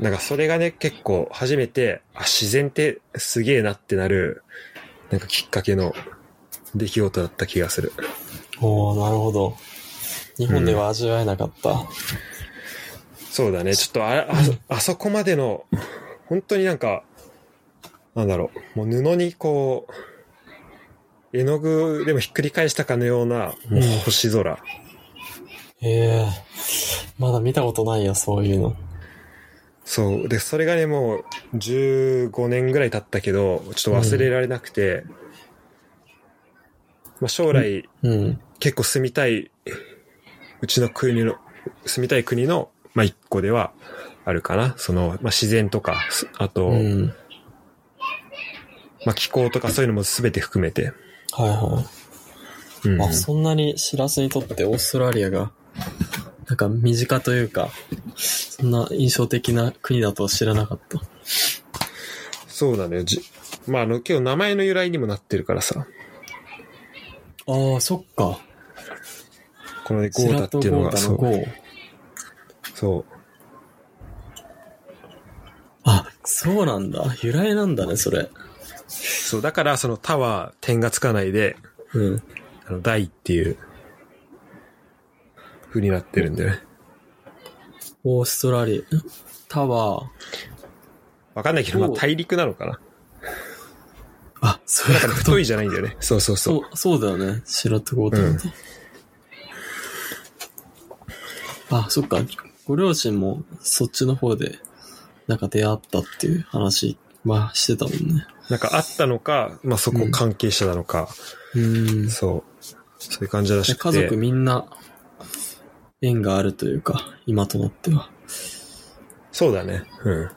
S2: なんかそれがね、結構初めて、あ、自然ってすげえなってなる、なんかきっかけの出来事だった気がする。
S1: おー、なるほど。日本では味わえなかった。
S2: そうだね。ちょっとあ、あ、あそこまでの、本当になんか、なんだろう、もう布にこう、絵の具でもひっくり返したかのような、もう星空。
S1: ええまだ見たことないや、そういうの。
S2: そう。で、それがね、もう15年ぐらい経ったけど、ちょっと忘れられなくて、まあ将来
S1: うん。
S2: 結構住みたい、うちの国の、住みたい国の、まあ一個ではあるかな。その、まあ自然とか、すあと、
S1: うん。
S2: まあ気候とかそういうのも全て含めて。
S1: はいは
S2: うん
S1: い。あ、そんなにシラスにとってオーストラリアが、なんか身近というか、そんな印象的な国だとは知らなかった。
S2: そうだね。じまああの、今日名前の由来にもなってるからさ、
S1: ああ、そっか。
S2: このね、ゴ
S1: シ
S2: ー
S1: ラ
S2: タ
S1: と
S2: っていうの
S1: ゴー
S2: が、
S1: タ
S2: そ
S1: のゴ
S2: う、
S1: ー。
S2: そう。
S1: あ、そうなんだ。由来なんだね、それ。
S2: そう、だからそのタは点がつかないで、
S1: うん。
S2: あの、大っていう、風になってるんだよね。
S1: オーストラリア。タワー。
S2: わかんないけど、まあ
S1: そう
S2: 大陸なのかな。
S1: あ、そうい
S2: だ
S1: う
S2: から
S1: こと
S2: 太いじゃないんだよね。そうそうそう。
S1: そう、そうだよね。白とゴータンって。あ、そっか。ご両親もそっちの方で、なんか出会ったっていう話、まあしてたもんね。
S2: なんかあったのか、まあそこ関係者なのか、
S1: うん。
S2: そう。そういう感じらしくて。
S1: 家族みんな、縁があるというか、今となっては。
S2: そうだね。うん。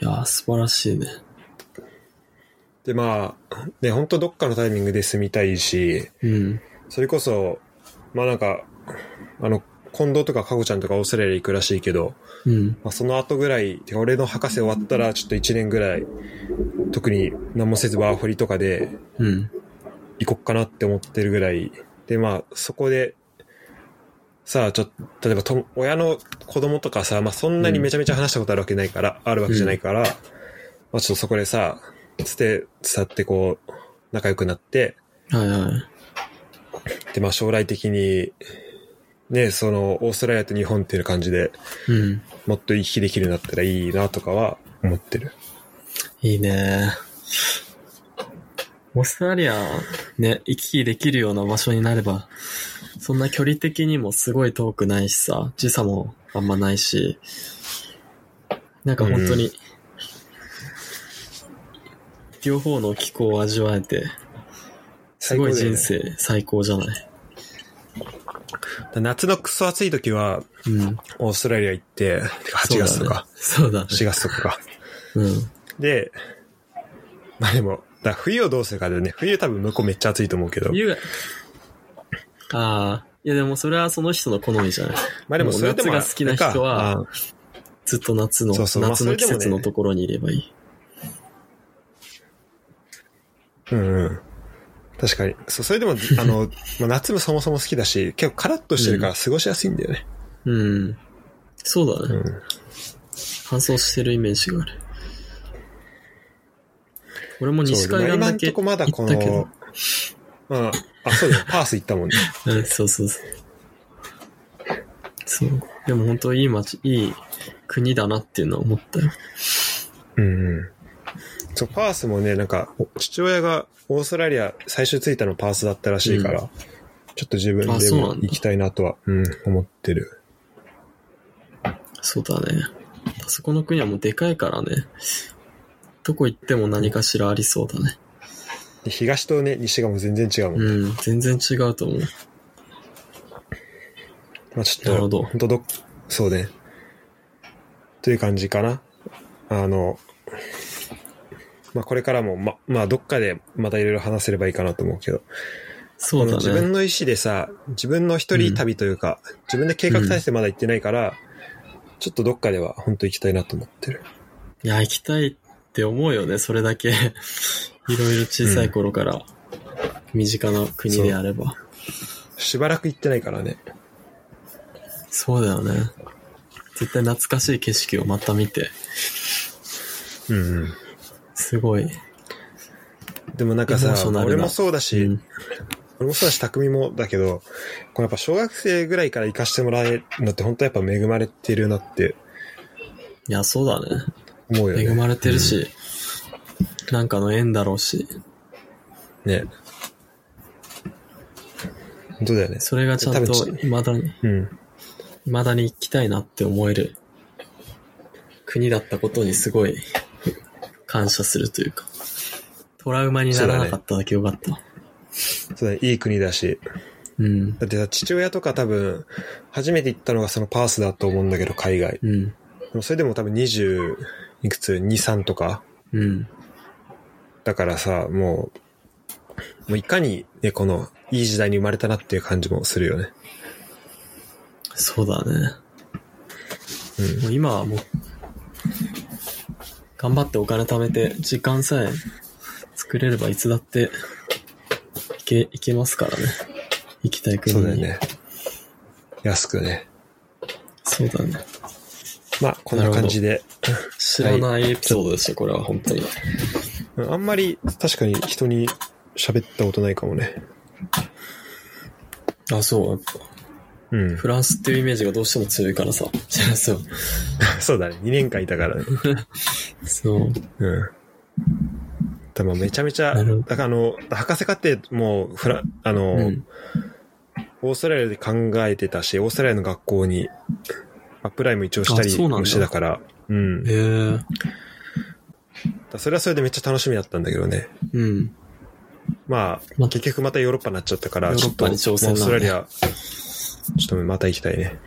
S1: いやー、素晴らしいね。
S2: で、まあ、ね、本当どっかのタイミングで住みたいし、
S1: うん。
S2: それこそ、まあなんか、あの、近藤とかかごちゃんとかオーストラリア行くらしいけど、
S1: うん。
S2: まあ、その後ぐらい、てか俺の博士終わったら、ちょっと1年ぐらい、特に何もせずワーホリとかで
S1: うん。
S2: 行こっかなって思ってるぐらい。で、まあ、そこで、さあ、ちょっと、例えばと、親の子供とかさ、まあ、そんなにめちゃめちゃ話したことあるわけないから、あるわけじゃないから、まあ、ちょっとそこでさ、つて、伝ってこう、仲良くなって、
S1: はいはい。
S2: で、まあ、将来的に、ね、その、オーストラリアと日本っていう感じで
S1: うん。
S2: もっと行き来できるようになったらいいなとかは思ってる。
S1: いいね。オーストラリア、ね、行き来できるような場所になれば、そんな距離的にもすごい遠くないしさ、時差もあんまないし、なんか本当に、両方の気候を味わえて、すごい
S2: 最高だよ
S1: 人
S2: ね
S1: 生最高じゃない。
S2: 夏のクソ暑い時は、
S1: うん。
S2: オーストラリア行って、8月とか、
S1: そうだね。
S2: 4月とかか。
S1: そうだね。うん。
S2: で、まあでも、だから冬をどうするかだよね。冬多分向こうめっちゃ暑いと思うけど。
S1: 優雅ああ、いやでもそれはその人の好みじゃない。
S2: まあでもそれでも、
S1: もう夏が好きな人は
S2: あれか、
S1: ずっと夏の、
S2: そうそうまあ
S1: 夏の季
S2: それで
S1: 節
S2: も
S1: の
S2: ね
S1: ところにいればいい。
S2: あうんうん。確かに。そう、それでも、あの、まあ夏もそもそも好きだし、結構カラッとしてるから過ごしやすいんだよね。
S1: うん。そうだ
S2: う
S1: ね。
S2: ん。
S1: 乾燥してるイメージがある。俺も
S2: そう
S1: 西海
S2: まあ
S1: 岸だ
S2: 今ん
S1: け
S2: と
S1: 行
S2: こま
S1: った
S2: だこ
S1: け
S2: の
S1: ど。、
S2: まあ、あ、そうだよ。パース行ったもんね。
S1: うん、そうそうそう。そう。でも本当いい街、いい国だなっていうのは思ったよ。
S2: うんうん。そう、パースもね、なんか、父親がオーストラリア最初着いたのパースだったらしいから、ちょっと自分
S1: あ
S2: で
S1: そう
S2: も
S1: なんだ
S2: 行きたいなとは、うん、思ってる。
S1: そうだね。あそこの国はもうでかいからね。どこ行っても何かしらありそうだね。
S2: で東とね、西がもう全然違うもん。
S1: うん、全然違うと思う。
S2: まあちょっと、
S1: なるほど
S2: 本当どっ、そうね。という感じかな。あの、まあこれからも、ま、まあどっかでまたいろいろ話せればいいかなと思うけど、
S1: そ
S2: あの
S1: う
S2: 自
S1: だ
S2: 分
S1: ね。
S2: の意思でさ、自分の一人旅というか、自分で計画立ててまだ行ってないから、ちょっとどっかでは本当行きたいなと思ってる。
S1: いや、行 きたいって思うよね、それだけ。いろいろ小さい頃から身近な国であれば。
S2: しばらく行ってないからね。
S1: そうだよね。絶対懐かしい景色をまた見て、
S2: うん、うん。
S1: すごい。
S2: でもなんか
S1: エ
S2: さ
S1: モーショ、ナルな
S2: 俺もそうだし、
S1: うん
S2: 俺もそうだし、匠もだけど、こうやっぱ小学生ぐらいから行かしてもらえるのって本当やっぱ恵まれてるなって
S1: いや、そうだね。
S2: 思うよね。
S1: 恵まれてるし、なんかの縁だろうし、
S2: ね。本当だよね。
S1: それがちゃんと
S2: 多分
S1: 未だに、
S2: うん。
S1: 未だに行きたいなって思える国だったことにすごい感謝するというか、トラウマにならなかっただけよかった。
S2: そうだね。いい国だし。
S1: うん。
S2: だってさ、父親とか多分、初めて行ったのがそのパースだと思うんだけど、海外。
S1: うん。
S2: でもそれでも多分20、いくつ ?2、3とか。
S1: うん。
S2: だからさ、もう、もういかにね、この、いい時代に生まれたなっていう感じもするよね。
S1: そうだね。
S2: うん
S1: もう今はもう、頑張ってお金貯めて、時間さえ作れればいつだって、いけ、いけますからね。行きたい国
S2: そ
S1: に。
S2: うだよね。安くね。
S1: そうだね。
S2: まあ、こんな感じで。
S1: 知らないエピソードでした、これは本当に。
S2: うんあんまり、確かに人に喋ったことないかもね。
S1: あ、そう、やっぱ。
S2: うん。
S1: フランスっていうイメージがどうしても強いからさ。知ら そう。
S2: そうだね。2年間いたからね。
S1: そう。
S2: うん。多分めちゃめちゃ、
S1: な
S2: だ
S1: るほど
S2: からあの、博士課程もう、フラ、あの、
S1: うん。
S2: オーストラリアで考えてたし、オーストラリアの学校にアップライも一応した
S1: あ
S2: り
S1: そうなんだ
S2: もしてたから、うん。
S1: ええ
S2: だからそれはそれでめっちゃ楽しみだったんだけどね。
S1: うん。
S2: まあ、
S1: まあ
S2: 結局またヨーロッパになっちゃったから、
S1: ヨーロッパに
S2: ちょっと
S1: 挑戦
S2: オース
S1: な
S2: ト
S1: んだ
S2: ラリア、ちょっとまた行きたいね。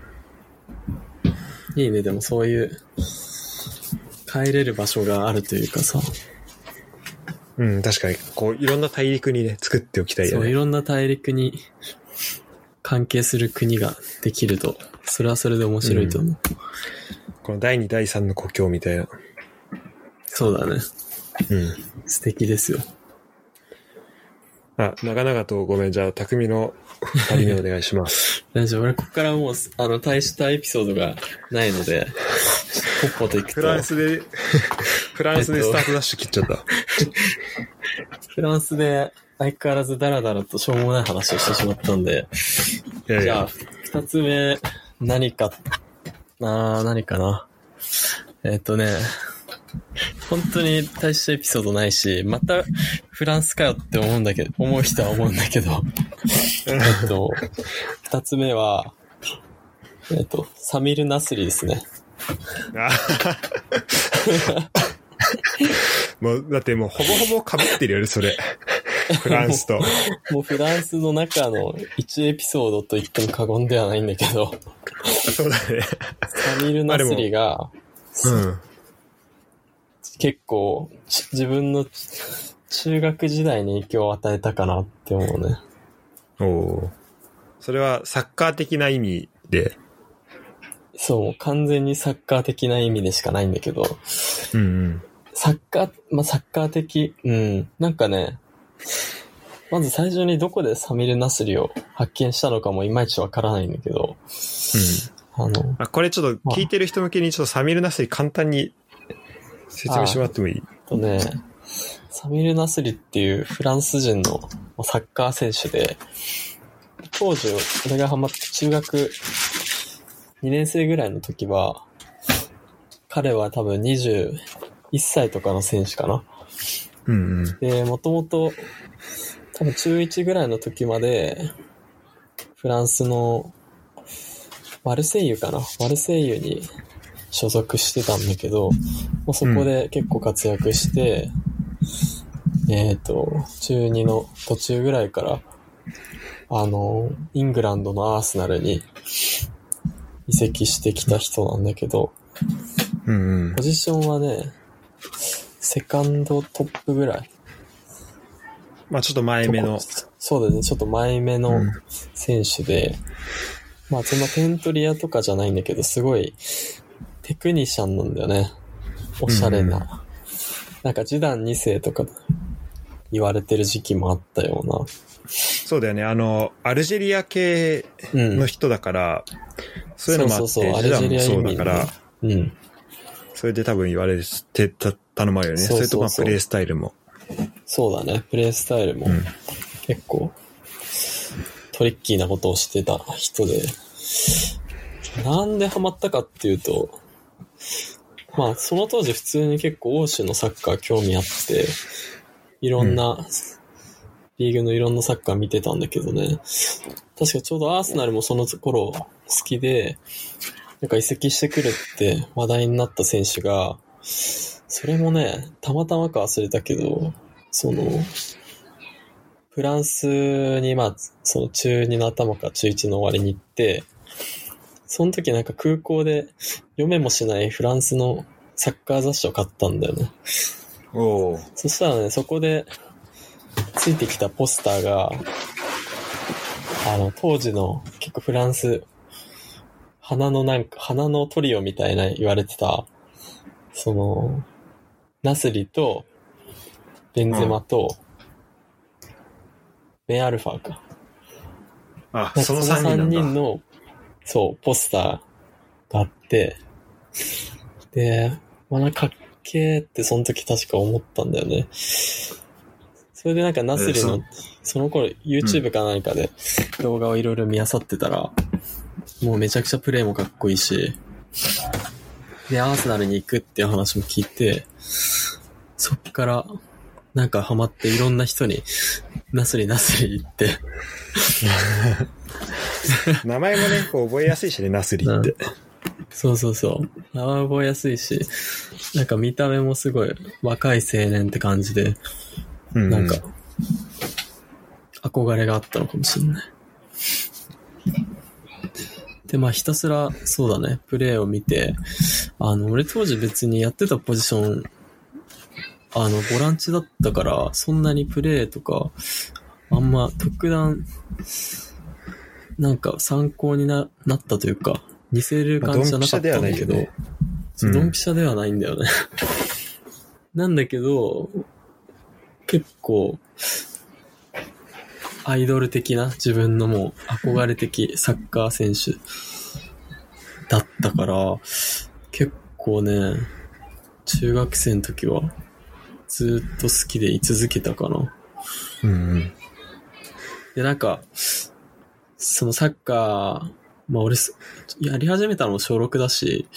S1: いいね、でもそういう、帰れる場所があるというかさ、
S2: うん、確かに、こう、いろんな大陸にね、作っておきたいよ
S1: そうい
S2: ね。
S1: ろんな大陸に関係する国ができると、それはそれで面白いと思う。
S2: この第2、第3の故郷みたいな。
S1: そうだね。
S2: うん。
S1: 素敵ですよ。
S2: あ、長々とごめん。じゃあ、匠の2人目お願いします。
S1: 大丈夫。俺、ここからもう、あの、大したエピソードがないので、ちょっとポッポと行くと。
S2: フランスで、フランスでスタートダッシュ切っちゃった。
S1: フランスで相変わらずダラダラとしょうもない話をしてしまったんで、
S2: いやい
S1: じゃ
S2: や
S1: あ、二つ目、何か、あー、何かな。えっ、とね、本当に大したエピソードないし、またフランスかよって思うんだけど、思う人は思うんだけど、えっと、二つ目は、えっ、と、サミル・ナスリですね。
S2: あ もう、だってもうほぼほぼ被ってるよね、それ。フランスと。
S1: もうフランスの中の1エピソードと言っても過言ではないんだけど、
S2: そうだね。
S1: サミル・ナスリが、
S2: うん。
S1: 結構ち自分のち中学時代に影響を与えたかなって思うね。
S2: おお。それはサッカー的な意味で。
S1: そう、完全にサッカー的な意味でしかないんだけど、
S2: うんうん。
S1: サッカー、まあ、サッカー的、うん、なんかね、まず最初にどこでサミル・ナスリを発見したのかもいまいちわからないんだけど、あの、
S2: あ、これちょっと聞いてる人向けにちょっとサミルナスに簡単に説明してもらってもいい
S1: えっとね、サミル・ナスリっていうフランス人のサッカー選手で、当時、俺がハマって中学2年生ぐらいの時は、彼は多分21歳とかの選手かな。
S2: うんうん。
S1: で、もともと、多分中1ぐらいの時まで、フランスの、マルセイユかなマルセイユに所属してたんだけど、もうそこで結構活躍して、えっ、と、中2の途中ぐらいから、あの、イングランドのアーセナルに移籍してきた人なんだけど、
S2: うんうん
S1: ポ。ジションはね、セカンドトップぐらい。
S2: まあちょっと前目の。
S1: そうだね、ちょっと前目の
S2: うん
S1: 選手で、まあそんな点取り屋とかじゃないんだけど、すごいテクニシャンなんだよね。おしゃれな。
S2: うん
S1: なんかジダン2世とか言われてる時期もあったよう
S2: そうだよね。あの、アルジェリア系
S1: な。うん。
S2: の人だから、そういうのもあって、
S1: そうそうそう
S2: ジダン
S1: アル
S2: もそう
S1: ジェリア移民
S2: だ
S1: ね
S2: から、
S1: うん。
S2: それで多分言われてたのもあるよね。
S1: そうそ
S2: そ
S1: う
S2: れ
S1: そ
S2: と
S1: う
S2: まあプレイスタイルも。
S1: そうだね。プレイスタイルも
S2: うん
S1: 結構トリッキーなことをしてた人で。なんでハマったかっていうと、まあその当時普通に結構欧州のサッカー興味あって、いろんな、リーグのいろんなサッカー見てたんだけどね。確かちょうどアーセナルもその頃好きで、なんか移籍してくるって話題になった選手が、それもね、たまたまか忘れたけど、その、フランスに、まあ、その中2の頭か中1の終わりに行って、その時なんか空港で読めもしないフランスのサッカー雑誌を買ったんだよね。
S2: おお。
S1: そしたらね、そこで、ついてきたポスターが、あの、当時の結構フランス、花のなんか、花のトリオみたいな言われてた、その、ナスリと、ベンゼマと、ベンアルファか。
S2: あ、
S1: なんか
S2: その3人な
S1: そ
S2: んだ。
S1: の三人の、そう、ポスターがあって、で、まあ、なんかかっけーってその時確か思ったんだよね。それでなんかナスリの、
S2: えー
S1: その頃 YouTube か何かで動画をいろいろ見漁ってたら、もうめちゃくちゃプレイもかっこいいし、で、アーセナルに行くっていう話も聞いて、そっから、なんかハマっていろんな人に、ナスリナスリ言って、
S2: 名前もね、こう覚えやすいしね、ナスリって。
S1: そうそうそう。名前覚えやすいし、なんか見た目もすごい若い青年って感じで、
S2: う
S1: なんか、憧れがあったのかもしれない。で、まあひたすら、そうだね、プレーを見て、あの、俺当時別にやってたポジション、あの、ボランチだったから、そんなにプレーとか、あんま特段、なんか参考にななったというか、似せる感じじゃなかったんだけど、
S2: まあドンピシャではないよねうん
S1: ドンピシャではないんだよね。 なんだけど、結構、アイドル的な自分のもう憧れ的サッカー選手だったから、結構ね、中学生の時はずっと好きでい続けたかな。
S2: うんうん。
S1: で、なんか、そのサッカー、まあ俺す、やり始めたのも小6だし、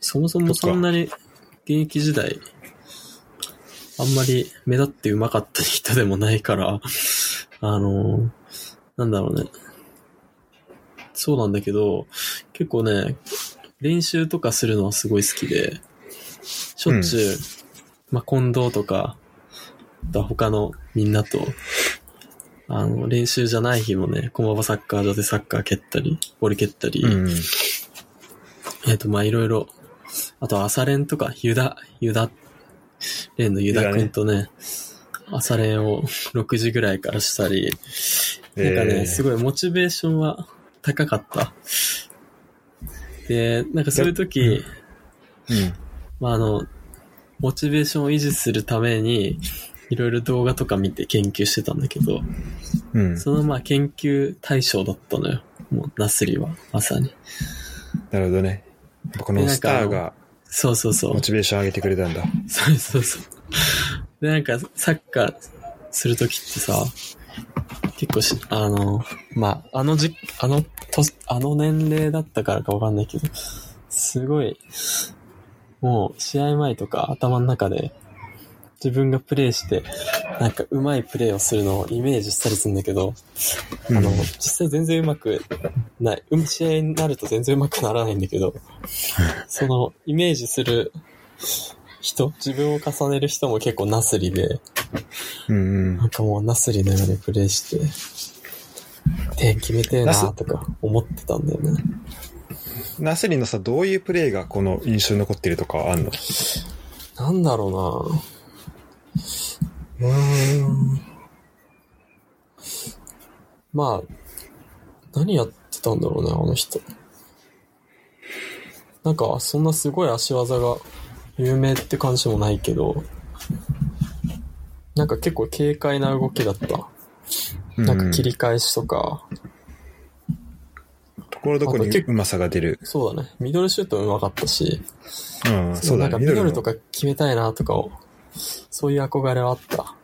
S1: そもそもそんなに現役時代、あんまり目立って上手かった人でもないから、あの、なんだろうね。そうなんだけど、結構ね、練習とかするのはすごい好きで、しょっちゅう、まあ、近藤とか、あとは他のみんなと、あの、練習じゃない日もね、駒場サッカー場でサッカー蹴ったり、ボール蹴ったり、
S2: うんうん。
S1: えっ、と、まあ、いろいろ。あと、朝練とか、ユダ、ユダ、レンのユダくんとね、朝練を6時ぐらいからしたり、なんかね、
S2: えー
S1: すごいモチベーションは高かった。で、なんかそういう時、
S2: うん。
S1: まあ、あの、モチベーションを維持するために、いろいろ動画とか見て研究してたんだけど、
S2: うん。
S1: そのまあ研究対象だったのよ。もう、ナスリは、まさに。
S2: なるほどね。やっぱこのスターが
S1: そうそうそう
S2: モ。チベーション上げてくれたんだ。
S1: そうそうそう。で、なんか、サッカーするときってさ、結構し、あの、まあ、あのじ、あの、と、あの年齢だったからかわかんないけど、すごい、もう、試合前とか頭の中で、自分がプレイして、なんか、うまいプレーをするのをイメージしたりするんだけど、あの、
S2: うん
S1: 実際全然うまくない。うん試合になると全然うまくならないんだけど、その、イメージする人、自分を重ねる人も結構ナスリで、
S2: うん
S1: なんかもうナスリのようにプレイして、点決めてえなとか思ってたんだよね。
S2: うん。ナスリのさ、どういうプレイがこの印象に残ってるとかはあんの
S1: なんだろうなうーん。まあ、何やってたんだろうね、あの人。なんか、そんなすごい足技が有名って感じもないけど、なんか結構軽快な動きだった。
S2: うん
S1: なんか切り返しとか、
S2: ところどころ
S1: あと
S2: に
S1: 結
S2: うまさが出る。
S1: そうだね。ミドルシュートうまかったし、
S2: うん、そう
S1: な
S2: だ
S1: んか
S2: ね。
S1: ミドルと
S2: の。
S1: か決めたいなとかを、そういう憧れはあった。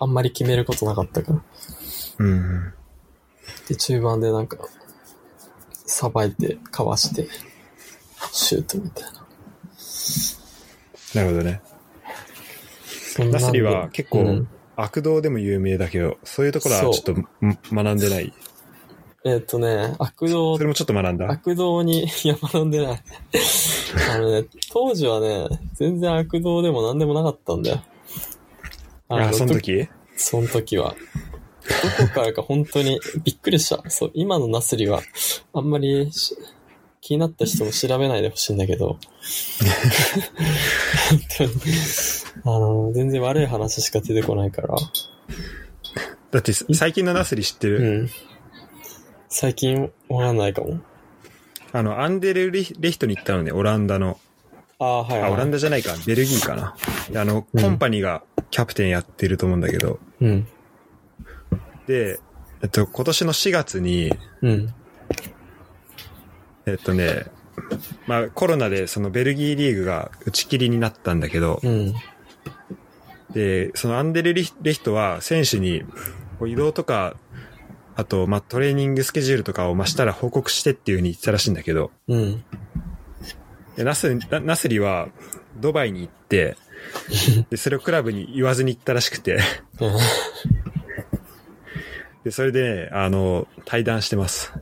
S1: あんまり決めることなかったから。
S2: うん。
S1: で、中盤でなんか、さばいて、かわして、シュートみたいな。
S2: なるほどね。
S1: そんなんで
S2: ナスリは結構、
S1: うん
S2: 悪道でも有名だけど、そういうところはちょっとん学んでない。
S1: えっとね、悪道
S2: それもちょっと学んだ。
S1: 悪道に山飲んで ない。あのね、当時はね、全然悪道でも何でもなかったんだよ。
S2: あ、その
S1: と
S2: 時
S1: その時は。どこからか本当にびっくりした。そう、今のナスリは、あんまりし気になった人も調べないでほしいんだけど。 あの、全然悪い話しか出てこないから。
S2: だってさ最近のナスリ知って
S1: う
S2: る、
S1: ん。最近わかんないかも。
S2: あの、アンデルレヒ・レヒトに行ったのね、オランダの。
S1: ああ、はい、は
S2: あ、
S1: い。
S2: オランダじゃないか、ベルギーかな。であの、
S1: うん
S2: コンパニーがキャプテンやってると思うんだけど。
S1: うん。
S2: で、えっと、今年の4月に、
S1: うん。
S2: えっとね、まあコロナでそのベルギーリーグが打ち切りになったんだけど
S1: う、ん。
S2: で、そのアンデルリ・レヒトは選手にこう移動とか、あと、まあ、トレーニングスケジュールとかを、まあ、したら報告してっていう風に言ってたらしいんだけど、
S1: うん。
S2: でナスナナスリはドバイに行って、で、それをクラブに言わずに行ったらしくて、
S1: うん
S2: で、それで、あの、対談してます。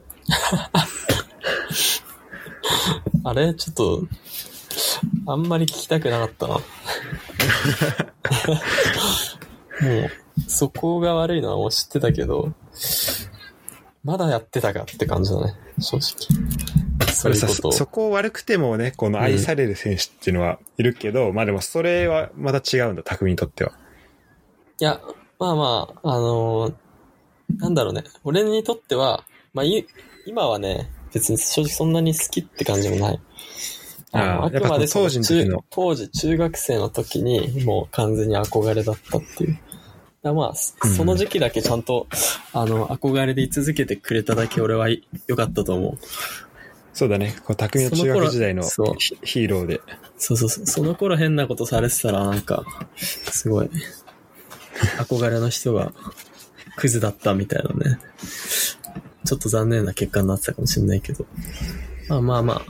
S1: あれちょっと、あんまり聞きたくなかったな。もう、そこが悪いのはもう知ってたけど、まだやってたかって感じだね、正直。
S2: そ
S1: そうい
S2: れ
S1: う
S2: さ、
S1: こ
S2: そ
S1: と。
S2: そこを悪くてもね、この愛される選手っていうのはいるけど、まあでもそれはまた違うんだ、匠にとっては。
S1: いや、まあまあ、あのーなんだろうね。俺にとっては、まあ、い今はね、別に正直そんなに好きって感じもない。
S2: ああ
S1: の
S2: やっぱ
S1: その
S2: 当時の
S1: 中
S2: 時の
S1: 当時中学生の時にもう完全に憧れだったっていう。だからまあ、そ
S2: うん
S1: その時期だけちゃんと、あの、憧れで居続けてくれただけ俺はい良かったと思う。
S2: そうだね、こう匠の
S1: そ
S2: 中
S1: の頃
S2: 学時代の
S1: そう
S2: ヒヒーローで。
S1: そうそうそう。その頃変なことされてたらなんか、すごい、憧れの人がクズだったみたいなね。ちょっと残念な結果になってたかもしれないけど。まあまあまあ。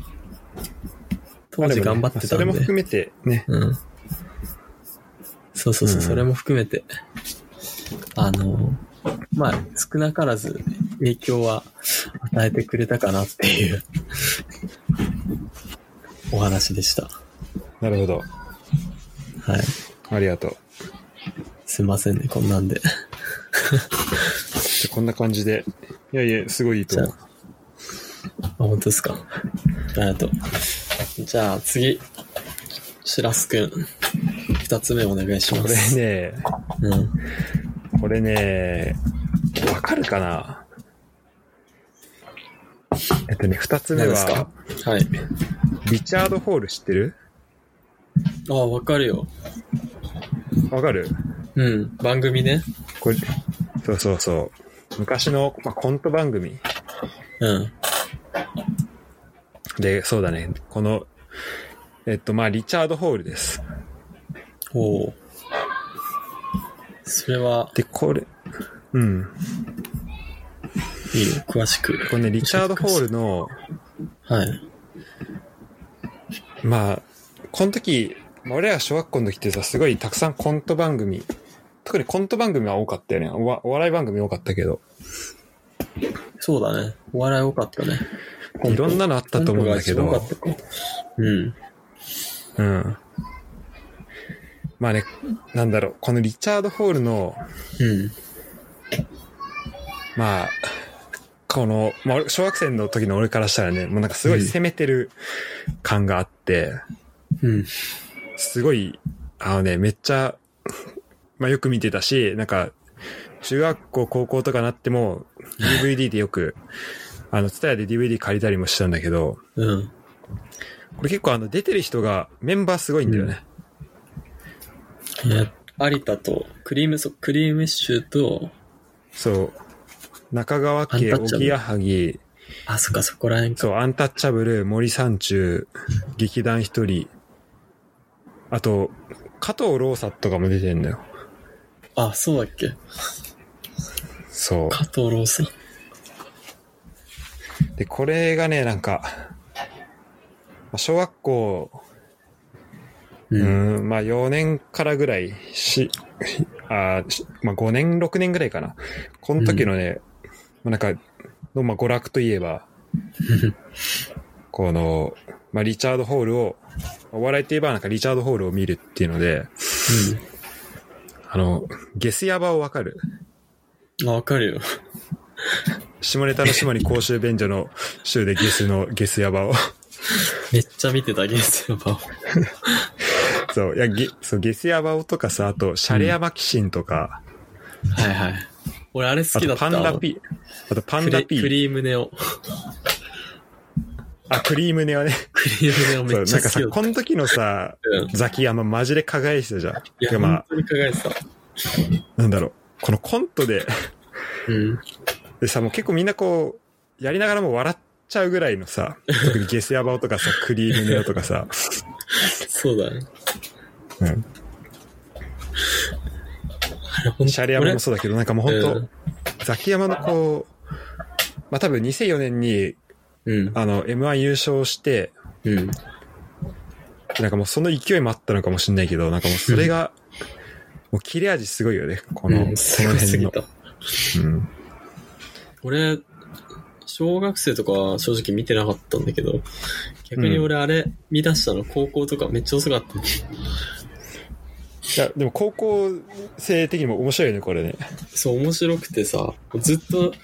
S1: 当時頑張ってた
S2: まあで
S1: ん
S2: もねまあそれも
S1: で。
S2: 含めてね、
S1: うん。そうそうそう、
S2: うん
S1: それも含めて。あの、まあ、少なからず影響は与えてくれたかなっていうお話でした。
S2: なるほど。
S1: はい。
S2: ありがとう。
S1: すいませんね、こんなんで。
S2: じゃあこんな感じで。いやいや、すごいいいと思う。
S1: あ、本当ですか。ありがとう。じゃあ次、しらすくん、二つ目お願いしま
S2: こ
S1: す。
S2: れね、
S1: うん。
S2: これね、わかるかなえっとね、二つ目
S1: 何です
S2: は
S1: か、はい。
S2: リチャード・ホール知ってる
S1: あ、わかるよ。
S2: わかる
S1: うん。番組ね。
S2: これ、そうそうそう。昔の、まあ、コント番組。
S1: うん。
S2: で、そうだね。この、えっと、まあ、リチャード・ホールです。
S1: おうそれは、
S2: で、これ、うん。
S1: いいよ。詳しく。
S2: これね、リチャード・ホールの、
S1: はい。
S2: まあ、この時、まあ俺ら小学校の時ってさ、すごいたくさんコント番組、特にコント番組は多かったよね。おわお笑い番組多かったけど、
S1: そうだね。お笑い多かったね。
S2: いろんなのあったと思うんだけ
S1: コント
S2: ど
S1: が、すごかったかうん。
S2: うん。まあね、なんだろう、このリチャード・ホールの、
S1: うん。
S2: まあ、この、まあ、俺小学生の時の俺からしたらね、もうなんかすごい攻めてる感があって、
S1: うん。
S2: すごい、あのね、めっちゃ、まあよく見てたし、なんか、中学校、高校とかなっても、DVD で よく、あの、ツタヤで DVD 借りたりもしたんだけど、
S1: うん。
S2: これ結構あの、出てる人が、メンバーすごいんだよね。
S1: えーっ有田と、クリームソ、クリームシチューと、
S2: そう。中川家、
S1: アンタッチャブル
S2: おぎやはぎ、
S1: あ、そっか、そこら辺か。
S2: そう、アンタッチャブル、森三中、劇団一人、あと、加藤ローサとかも出てんだよ。
S1: あ、そうだっけ。
S2: そう。
S1: 加藤ローさん。
S2: で、これがね、なんか、まあ小学校、う
S1: うん。
S2: ん、まあ4年からぐらいし、あーしまあ5年、6年ぐらいかな。この時のね、まあなんか、の、まあ娯楽といえ ば、この、まあリチャード・ホールを、お笑いといえばなんかリチャード・ホールを見るっていうので、あの、ゲスヤバをわかる。
S1: うん。あ、わかるよ。
S2: 下ネタの島に公衆便所の州でゲスのゲスヤバを。
S1: めっちゃ見てた、ゲーセンバー
S2: そう、いや、ゲ、そう、ゲスヤバオとかさ、あと、シャレヤマキシンとか、
S1: はいはい。俺、あれ好
S2: あ
S1: きだ
S2: と、
S1: った。
S2: パンダピー、あと、パン
S1: ク
S2: ダ
S1: リ
S2: ピ
S1: ク
S2: ー、
S1: リームネオ。
S2: あ、クリームネはね、
S1: クリームネオ め
S2: そう、
S1: っち
S2: な
S1: ゃ
S2: んか
S1: 好
S2: さ
S1: き、だった。
S2: この時のさ、
S1: うん
S2: ザキヤママジで加害してたじゃん。
S1: い
S2: て
S1: や、
S2: かまあ
S1: 本、当に輝いてた。
S2: なんだろう、このコントで、
S1: うん。
S2: でさ、もう結構みんなこう、やりながらも笑っちゃうぐらいのさ、特にゲスヤバオとかさ、クリームネオとかさ、
S1: そうだね。
S2: うん
S1: あれ、ほんと
S2: シャレヤマもそうだけど、なんかもう本当、
S1: うん
S2: ザキヤマのこう、まあ、多分2004年に、
S1: うん。
S2: あの、M1 優勝して、
S1: うん。
S2: なんかもうその勢いもあったのかもしれないけど、なんかもうそ れが、もう切れ味すごいよね、この、
S1: う
S2: こ
S1: ん、す
S2: の
S1: ごす
S2: 辺
S1: ぎ
S2: の。
S1: た。
S2: うん、
S1: 俺、小学生とかは正直見てなかったんだけど、逆に俺あれ見出したの高校とかめっちゃ遅かった。
S2: いや、でも高校生的にも面白いよね、これね。
S1: そう、面白くてさ、ずっと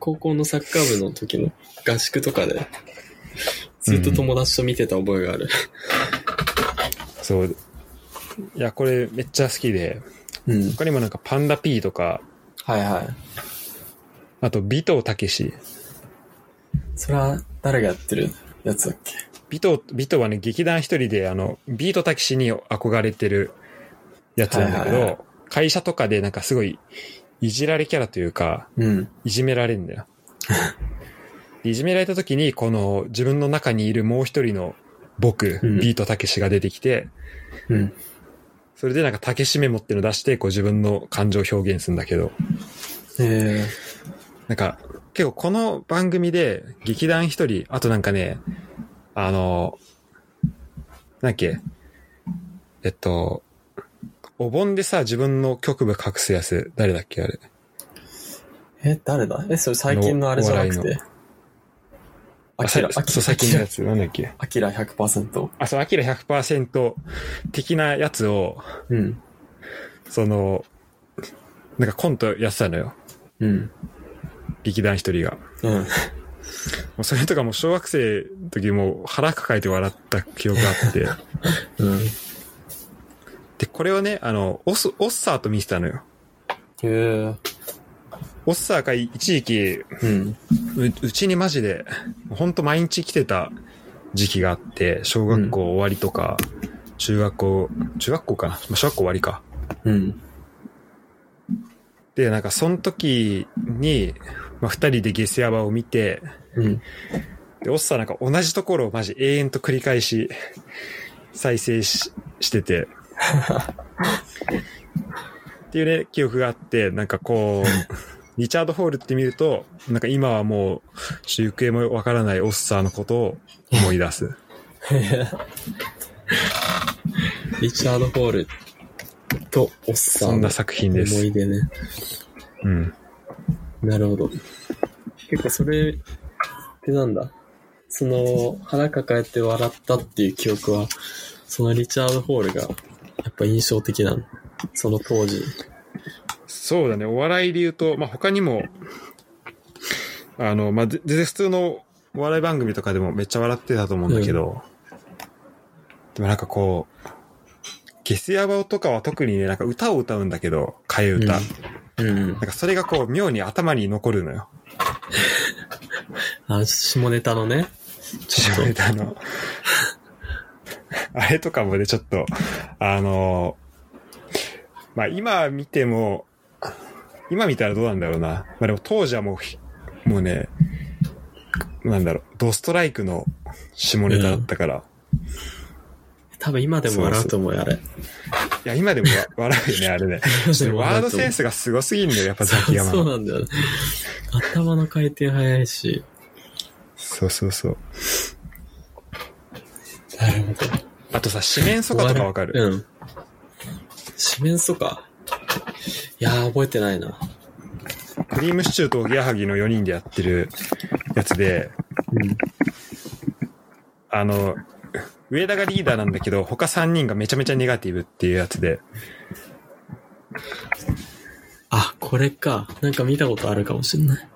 S1: 高校のサッカー部の時の合宿とかで、ずっと友達と見てた覚えがある。
S2: そう。いや、これめっちゃ好きで、
S1: うん。
S2: 他にもなんかパンダ P とか、
S1: はいはい。
S2: あと尾藤武志。
S1: それは誰がやってるやつだっけ
S2: 尾藤、尾藤はね、劇団一人で、あの、ビートたけしに憧れてるやつなんだけど、
S1: はいはいは
S2: 会社とかでなんかすごい、いじられキャラというか、
S1: うん。
S2: いじめられるん だよ。でいじめられた時に、この自分の中にいるもう一人の僕、
S1: うん
S2: ビートたけしが出てきて、
S1: うん。
S2: それでなんかたけしメモっていうのを出して、こう自分の感情を表現するんだけど、
S1: え
S2: なんか結構この番組で劇団一人、あとなんかね、あの、なんだっけ、えっと、お盆でさ、自分の局部隠すやつ、誰だっけあれ。
S1: ー、え、誰だえ、それ最近のあれじゃなくて。アキラ、
S2: さ
S1: アキ
S2: そう、
S1: ラ、
S2: 最近のやつ、なんだっけ。
S1: アキラ100%。
S2: あ、そう、アキラ100%的なやつを、
S1: うん。
S2: その、なんかコントやってたのよ。
S1: うん。
S2: 劇団一人が。も
S1: うん。
S2: うそれとかもう小学生の時もう腹抱えて笑った記憶があ って。
S1: うん。
S2: で、これをね、あの、オス、オッサーと見てたのよ。
S1: へえ。
S2: オッサーが一時期、う
S1: うん。
S2: うちにマジで、ほんと毎日来てた時期があって、小学校終わりとか、中学校、中学校かなまあ小学校終わりか。
S1: うん。
S2: で、なんかその時に、まあ二人でゲスヤバを見て、
S1: うん。
S2: で、オッサーなんか同じところをマジ永遠と繰り返し再生ししてて。っていうね、記憶があって、なんかこう、リチャード・ホールって見ると、なんか今はもう、行方もわからないオッサーのことを思い 出す。
S1: リチャード・ホールとおっさん。
S2: そんな作品で
S1: 思
S2: す。
S1: い出ね。
S2: うん。
S1: なるほど。結構それってなんだその腹抱えて笑ったっていう記憶は、そのリチャード・ホールがやっぱ印象的なの。その当時。
S2: そうだね、お笑いで言うと、まあ、他にも、あの、まあ、ぜ全然普通のお笑い番組とかでもめっちゃ笑ってたと思うんだけど、でもなんかこう、ゲスヤバオとかは特にね、なんか歌を歌うんだけど、替え歌。
S1: うんうん
S2: なん。かそれがこう、妙に頭に残るのよ。
S1: あ、下ネタのね。
S2: ちょっとあの、 あれとかもね、ちょっと、あの、まあ今見ても、今見たらどうなんだろうな。まあでも当時はもうひ、もうね、なんだろう、ドストライクの下ネタだったから。
S1: 多分今でも笑うと思うよ、あれ。
S2: いや、今でも わ笑うよね、あれね。ちょっとワードセンスがすごすぎんだよ、やっぱザキヤマ
S1: そう
S2: の。
S1: なんだよね。頭の回転早いし。
S2: そうそうそう。
S1: なるほど。
S2: あとさ、四面楚歌とかわかる
S1: うん。四面楚歌。いやー、覚えてないな。
S2: クリームシチューとおぎやはぎの4人でやってるやつで、
S1: うん。
S2: あの、上田がリーダーなんだけど、他3人がめちゃめちゃネガティブっていうやつで、
S1: あ、これか。なんか見たことあるかもしんない。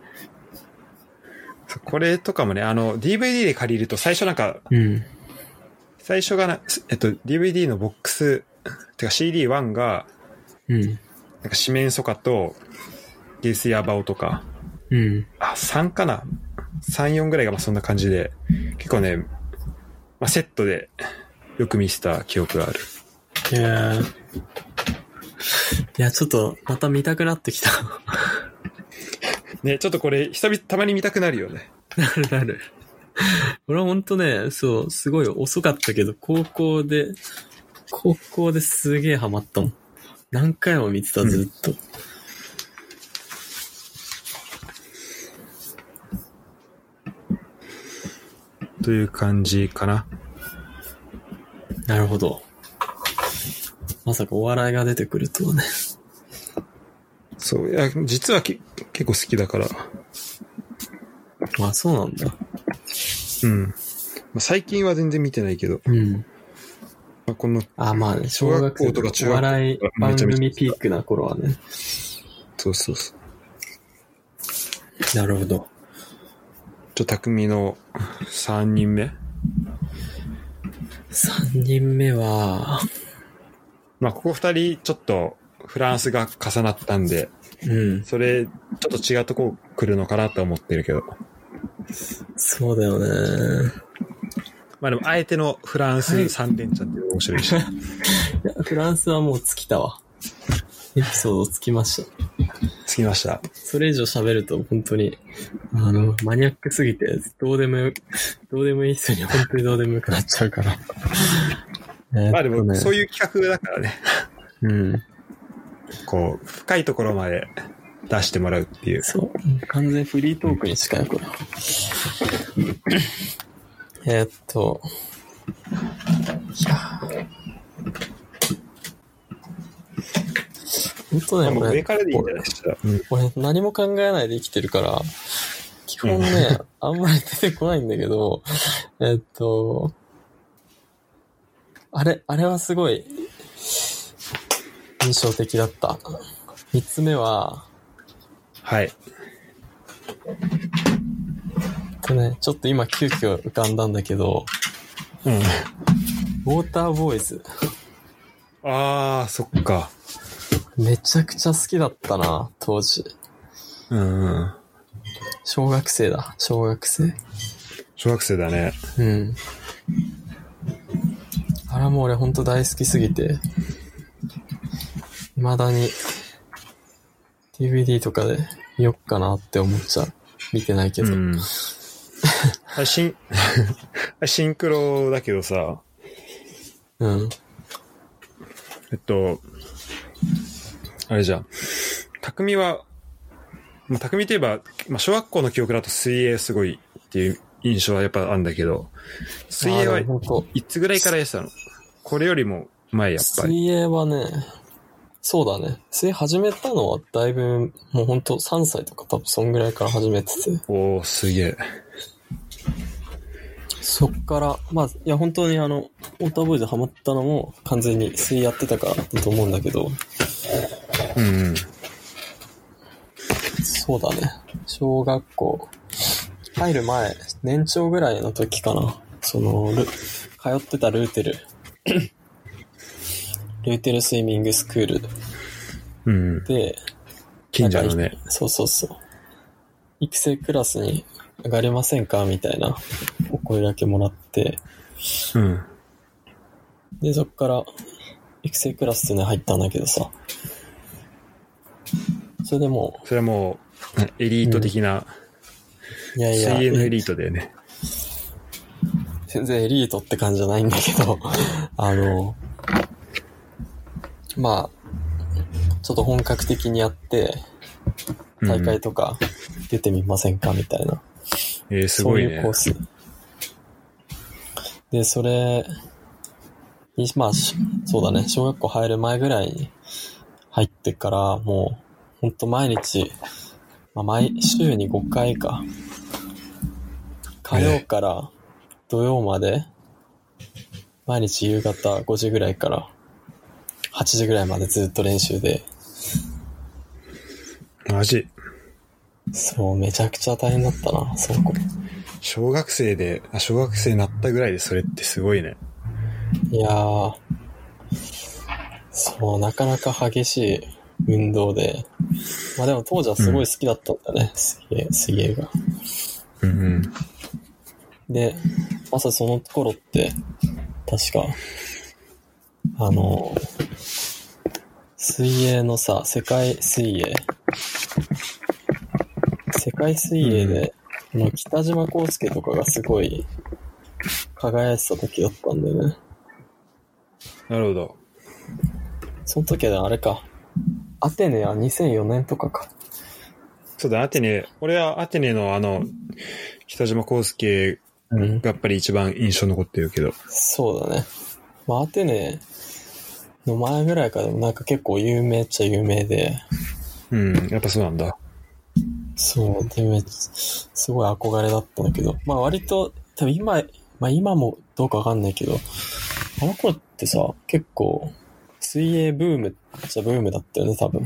S2: そうこれとかもね、あの、DVD で借りると最初なんか、
S1: うん。
S2: 最初がな、すえっと、DVD のボックス、てか CD1 が、
S1: うん。
S2: なんか四面楚歌と、ゲスやバオとか、
S1: うん。
S2: あ、3かな ?3、4ぐらいがまあそんな感じで、結構ね、まあ、セットでよく見せた記憶がある。
S1: いやーいや、ちょっと、また見たくなってきた。
S2: ね、ちょっとこれ、久々、たまに見たくなるよね。
S1: なるなる。俺はほんとね、そう、すごい遅かったけど、高校で、高校ですげえハマったもん。何回も見てた、ずっと。
S2: という感じかな。
S1: なるほど。まさかお笑いが出てくるとはね。
S2: そう、いや、実はけ結構好きだから。
S1: あ、そうなんだ。
S2: うん。まあ最近は全然見てないけど、
S1: うん。
S2: まあ、この、
S1: あ、まあね、小
S2: 小学
S1: 学
S2: 校
S1: 校
S2: と
S1: と
S2: か
S1: か
S2: 中
S1: 中
S2: 学校
S1: 学お笑い番組ピークな頃はね。
S2: そうそうそう。
S1: なるほど。
S2: ちょ、匠の3人目。
S1: 3人目は、
S2: まあ、ここ2人、ちょっと、フランスが重なったんで、
S1: うん。
S2: それ、ちょっと違うとこ来るのかなとは思ってるけど。
S1: そうだよね。
S2: まあでも、あえてのフランス3連チャンっていうのが面 白いし。
S1: いやフランスはもう尽きたわ。エピソード尽きました。
S2: つきました。
S1: それ以上喋ると本当に、あの、マニアックすぎて、どうでもよ、どうでもいい人に本当にどうでもよくなっちゃうから。
S2: まあでも、そう
S1: いう。
S2: いう企画だからね、
S1: うん。
S2: こう、深いところまで出してもらうっていう。
S1: そう。完全フリートークに近い、これ。えーっと。いやー本当ね、
S2: まあもう
S1: 俺
S2: 上からでいいんじゃないですか。うん
S1: 俺何も考えないで生きてるから、基本ね、あんまり出てこないんだけど、えっと、あれ、あれはすごい印象的だった。三つ目は、
S2: はい。
S1: えっとね、ちょっと今急遽浮かんだんだけど、
S2: うん。
S1: ウォーターボーイズ。
S2: ああ、そっか。
S1: めちゃくちゃ好きだったな、当時。
S2: うんうん。
S1: 小学生だ、小学生。
S2: 小学生だね。
S1: うん。あれはもう俺ほんと大好きすぎて、未だに DVD とかで見よっかなって思っちゃう。見てないけど。
S2: うん。 あれ シン、あれシンクロだけどさ、
S1: うん。
S2: えっと、あれじゃん。匠は、まあ、匠といえば、まあ、小学校の記憶だと水泳すごいっていう印象はやっぱあるんだけど、水泳
S1: あ
S2: は
S1: ーでもほんと
S2: いつぐらいからやってたのこれよりも前やっぱり。
S1: 水泳はね、そうだね。水泳始めたのはだいぶ、もうほんと3歳とか多分そんぐらいから始めてて。
S2: おー、すげえ。
S1: そっから、まあ、いや本当にあの、オーターボーイズハマったのも完全に水泳やってたからだと思うんだけど、
S2: うんうん。
S1: そうだね。小学校。入る前、年長ぐらいの時かな。その、ル通ってたルーテル。 ルーテルスイミングスクール
S2: うんうん。
S1: で、
S2: 近所のね。
S1: そうそうそう。育成クラスに上がれませんかみたいなお声だけもらって、
S2: うん。
S1: で、そっから育成クラスっていうのに入ったんだけどさ、それでも
S2: それはもう、エリート的な、
S1: う、いやいや、
S2: 水泳のエリートだよね。
S1: 全然エリートって感じじゃないんだけど、 あの、まあ、ちょっと本格的にやって、大
S2: うん
S1: 会とか出てみませんかみたいな。
S2: えー、すごい
S1: そうい
S2: ね
S1: うコー。ス。で、それに、まあ、しそうだね、小学校入る前ぐらいに入ってから、もう、ほんと毎日、まあ、毎週に5回か。火曜から土曜まで、毎日夕方5時ぐらいから8時ぐらいまでずっと練習で、
S2: マジ。
S1: そう、めちゃくちゃ大変だったな、そこ。
S2: 小学生で、あ小学生になったぐらいでそれってすごいね。
S1: いやー、そう、なかなか激しい運動で、まあでも当時はすごい好きだったんだね、水泳、水泳が。
S2: うんうん。
S1: で、まさその頃って、確か、あの、水泳のさ、世界水泳。世界水泳で、あの北島康介とかがすごい輝いてた時だったんだよね。
S2: なるほど。
S1: その時はあれか。アテネは2004年とかか。
S2: そうだ、アテネ、俺はアテネのあの、北島康介
S1: うん。
S2: がやっぱり一番印象残ってるけど。
S1: そうだね。まあ、アテネの前ぐらいからでもなんか結構有名っちゃ有名で、
S2: うん、やっぱそうなんだ。
S1: そう、で、めっちゃすごい憧れだったんだけど、まあ割と、多分今、まあ今もどうかわかんないけど、あの頃ってさ、結構、水泳ブームっちゃブームだったよね、多分。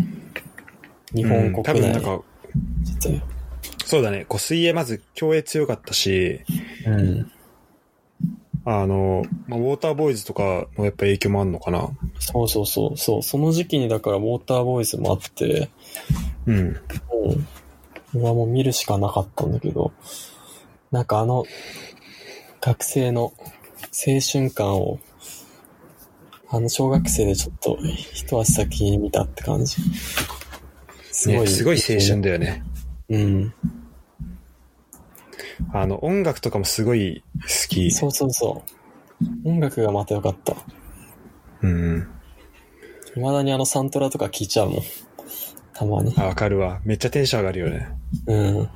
S1: 日本
S2: うん
S1: 国
S2: 多分
S1: 内
S2: なん
S1: に
S2: か、
S1: ちっちゃい
S2: そうだね、こう水泳まず競泳強かったし、
S1: うん。
S2: あの、まあ、ウォーターボーイズとかのやっぱ影響もあるのかな。
S1: そうそうそう、そう、その時期にだからウォーターボーイズもあって、
S2: う
S1: も
S2: ん。
S1: う、俺はもう見るしかなかったんだけど、なんかあの、学生の青春感を、あの小学生でちょっと一足先に見たって感じ。す
S2: ね、すごい青春。だよね。
S1: うん。
S2: あの、音楽とかもすごい好き。
S1: そうそうそう。音楽がまた良かった。
S2: うん。
S1: 未だにあのサントラとか聴いちゃうもん。たまに
S2: あ、。わかるわ。めっちゃテンション上がるよね。
S1: うん。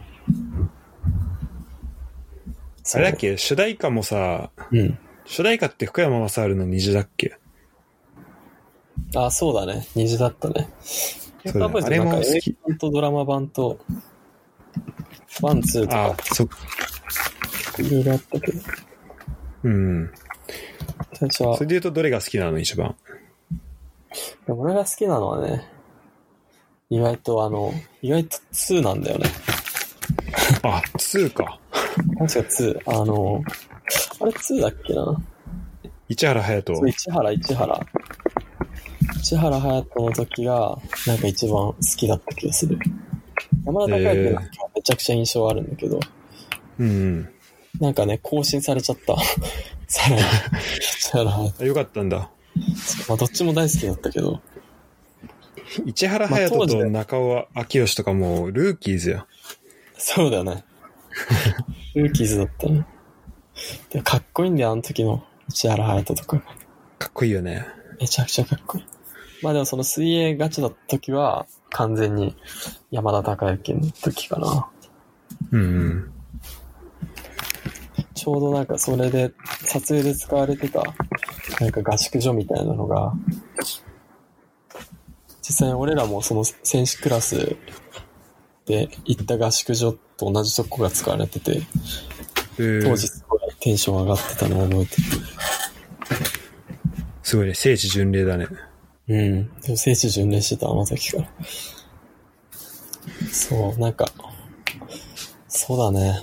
S2: あれだっけ主題歌もさ、
S1: うん。
S2: 主題歌って福山雅治の虹だっけ
S1: あ、そうだね。虹だったね。
S2: そうだね
S1: あれも
S2: あれも好
S1: 好
S2: き
S1: き。版とドラマ版と、ワン、ツーと
S2: あ
S1: か、、
S2: そ、
S1: いろいろあったけど、
S2: うん。
S1: 最初は
S2: それで、言うとどれが好きなの一番。
S1: でも俺が好きなのはね、意外とあの、意外と2なんだよね。
S2: あ、2か。
S1: 確か2、あの、あれ2だっけな
S2: 市原隼
S1: そう、
S2: 人。
S1: 市原、市原。市原隼人の時が、なんか一番好きだった気がする。山田孝之の時はめちゃくちゃ印象あるんだけど、
S2: うん。
S1: なんかね、更新されちゃった。 さらに、市原隼人
S2: あよかったんだ。
S1: まあ、どっちも大好きだったけど、
S2: 市原隼
S1: まあ当
S2: 人
S1: 時
S2: と
S1: ね
S2: 中尾明義とかもうルーキーズや。
S1: そうだよね。ルーキーズだったね。でもかっこいいんだよ、あの時の市原隼人とかが。
S2: かっこいいよね。
S1: めちゃくちゃかっこいい。まあでもその水泳ガチだった時は、完全に山田孝之の時かな。
S2: うんうん。
S1: ちょうどなんかそれで、撮影で使われてた、なんか合宿所みたいなのが、実際に俺らもその選手クラスで行った合宿所と同じとこが使われてて、
S2: えー
S1: 当時すごいテンション上がってたのを覚えて
S2: すごいね。聖地巡礼だね。
S1: る。うん。でも聖地巡礼してた、あの時から。そう、なんか、そうだね。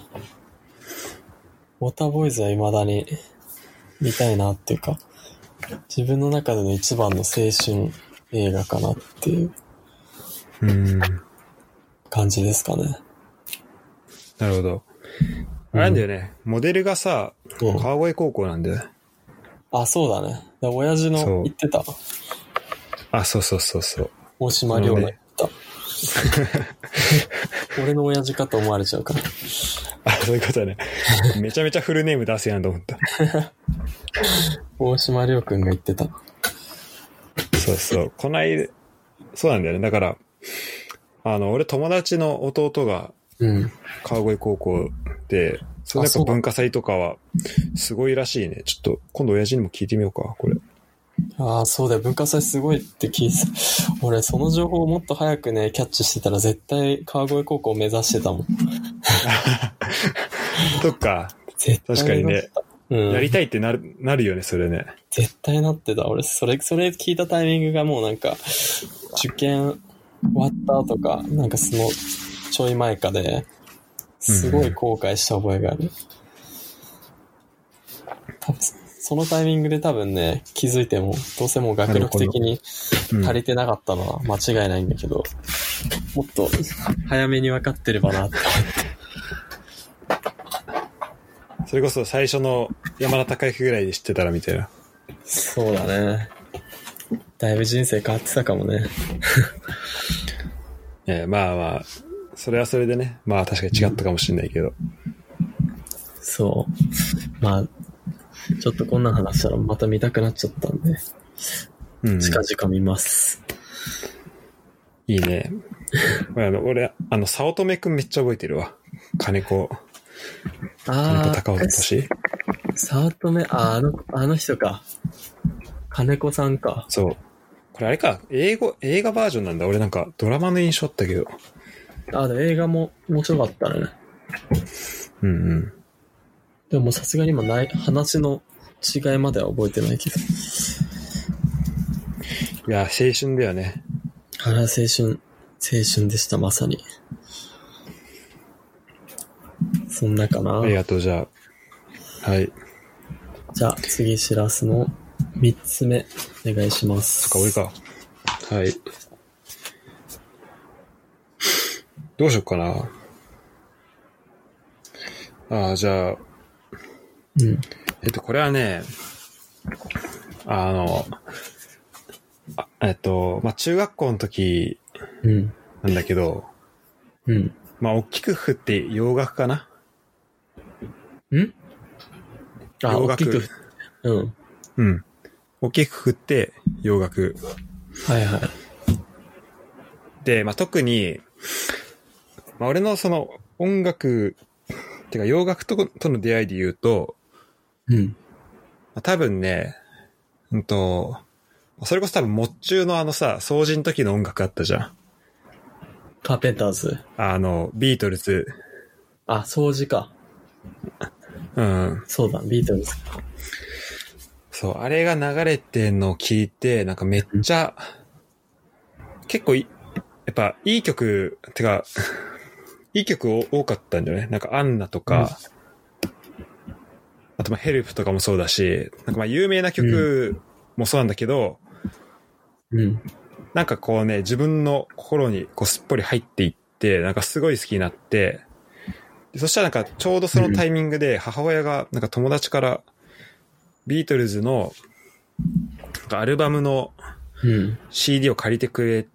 S1: ウォーターボーイズは未だに見たいなっていうか、自分の中での一番の青春映画かなっていう
S2: うん。な
S1: 感じですかね。
S2: るほど。あれなんだよね。モデルがさ、
S1: うん
S2: 川越高校なんだよね。
S1: あ、そうだね。で親父
S2: そ
S1: の
S2: う
S1: 言ってた、
S2: あ、そうそうそうそう。
S1: 大島亮の言った。 俺の親父かと思われちゃうから。
S2: あ、そういうことだね。めちゃめちゃフルネーム出すやんと思った。
S1: 大島亮君が言ってた。
S2: そうそう。こない、そうなんだよね。だから、あの、俺友達の弟が
S1: うん。
S2: 川越高校で、そ
S1: あ
S2: れなん
S1: そ
S2: か
S1: う
S2: 文化祭とかは、すごいらしいね。ちょっと、今度親父にも聞いてみようか、これ。
S1: ああ、そうだよ。文化祭すごいって聞いてた。 俺、その情報をもっと早くね、キャッチしてたら絶対川越高校を目指してたもん。
S2: そっか、
S1: 絶対
S2: 確かに
S1: 目指
S2: ね
S1: し。た。うん。
S2: やりたいってなる、なるよね、それね。
S1: 絶対なってた。俺、それ、それ聞いたタイミングがもうなんか、受験終わったとか、なんかその、ちょい前かで、すごい後悔した覚えがある。多分そのタイミングで多分ね、気づいても、どうせもう学力的に
S2: うん
S1: 足りてなかったのは間違いないんだけど、もっと早めに分かってればなって。
S2: それこそ最初の山田孝之ぐらいで知ってたらみたいな。
S1: そうだね。だいぶ人生変わってたかもね。
S2: ええまあまあ、それはそれでね、まあ確かに違ったかもしれないけど。
S1: そう。まあ、ちょっとこんな話したらまた見たくなっちゃったんで、
S2: うん。
S1: 近々見ます。
S2: いいね。 俺あの、俺、あの、早乙女くんめっちゃ覚えてるわ。金子、金子
S1: あ
S2: 高尾
S1: あ、
S2: 敏。
S1: サートメ、あー、あの、あの人か。金子さんか。
S2: そう。これあれか、英語、映画バージョンなんだ。俺なんかドラマの印象あったけど。
S1: あー、でも映画も面白かったね。
S2: うんうん。
S1: でももうさすがに今ない、話の違いまでは覚えてないけど。
S2: いや、青春だよね。
S1: あら、青春、青春でした、まさに。そんなかな
S2: あ。りがとう、じゃあ。はい。
S1: じゃあ、次、しらすの3つ目、お願いします。
S2: か、俺か。はい。どうしよっかな。ああ、じゃあ、
S1: うん。
S2: えっと、これはね、あの、あえっと、まあ、中学校の時
S1: うん。
S2: なんだけど、
S1: うん。
S2: まあ、大きく振って洋楽かな
S1: うんあ、
S2: 洋
S1: 大
S2: 楽
S1: きく。うん。
S2: うん。大きく振って洋楽。
S1: はいはい。
S2: で、まあ、特に、まあ、俺のその音楽、てか洋楽ととの出会いで言うと、
S1: うん。
S2: まあ、多分ね、うんと、それこそ多分、もっちゅうのあのさ、掃除の時の音楽あったじゃん。
S1: カーペンターズ。
S2: あの、ビートルズ。
S1: あ、掃除か。
S2: うん。
S1: そうだ、ビートルズ。
S2: そう、あれが流れてんのを聞いて、なんかめっちゃ、結構い、やっぱいい曲、てか、 いい曲多かったんだよね。なんかアンナとか、あとまあヘルプとかもそうだし、なんかまあ有名な曲もそうなんだけど、
S1: うん。
S2: なんかこうね、自分の心にこうすっぽり入っていって、なんかすごい好きになって、でそしたらなんかちょうどそのタイミングで母親がなんか友達からビートルズのなんかアルバムの
S1: うん。
S2: CD を借りてくれ、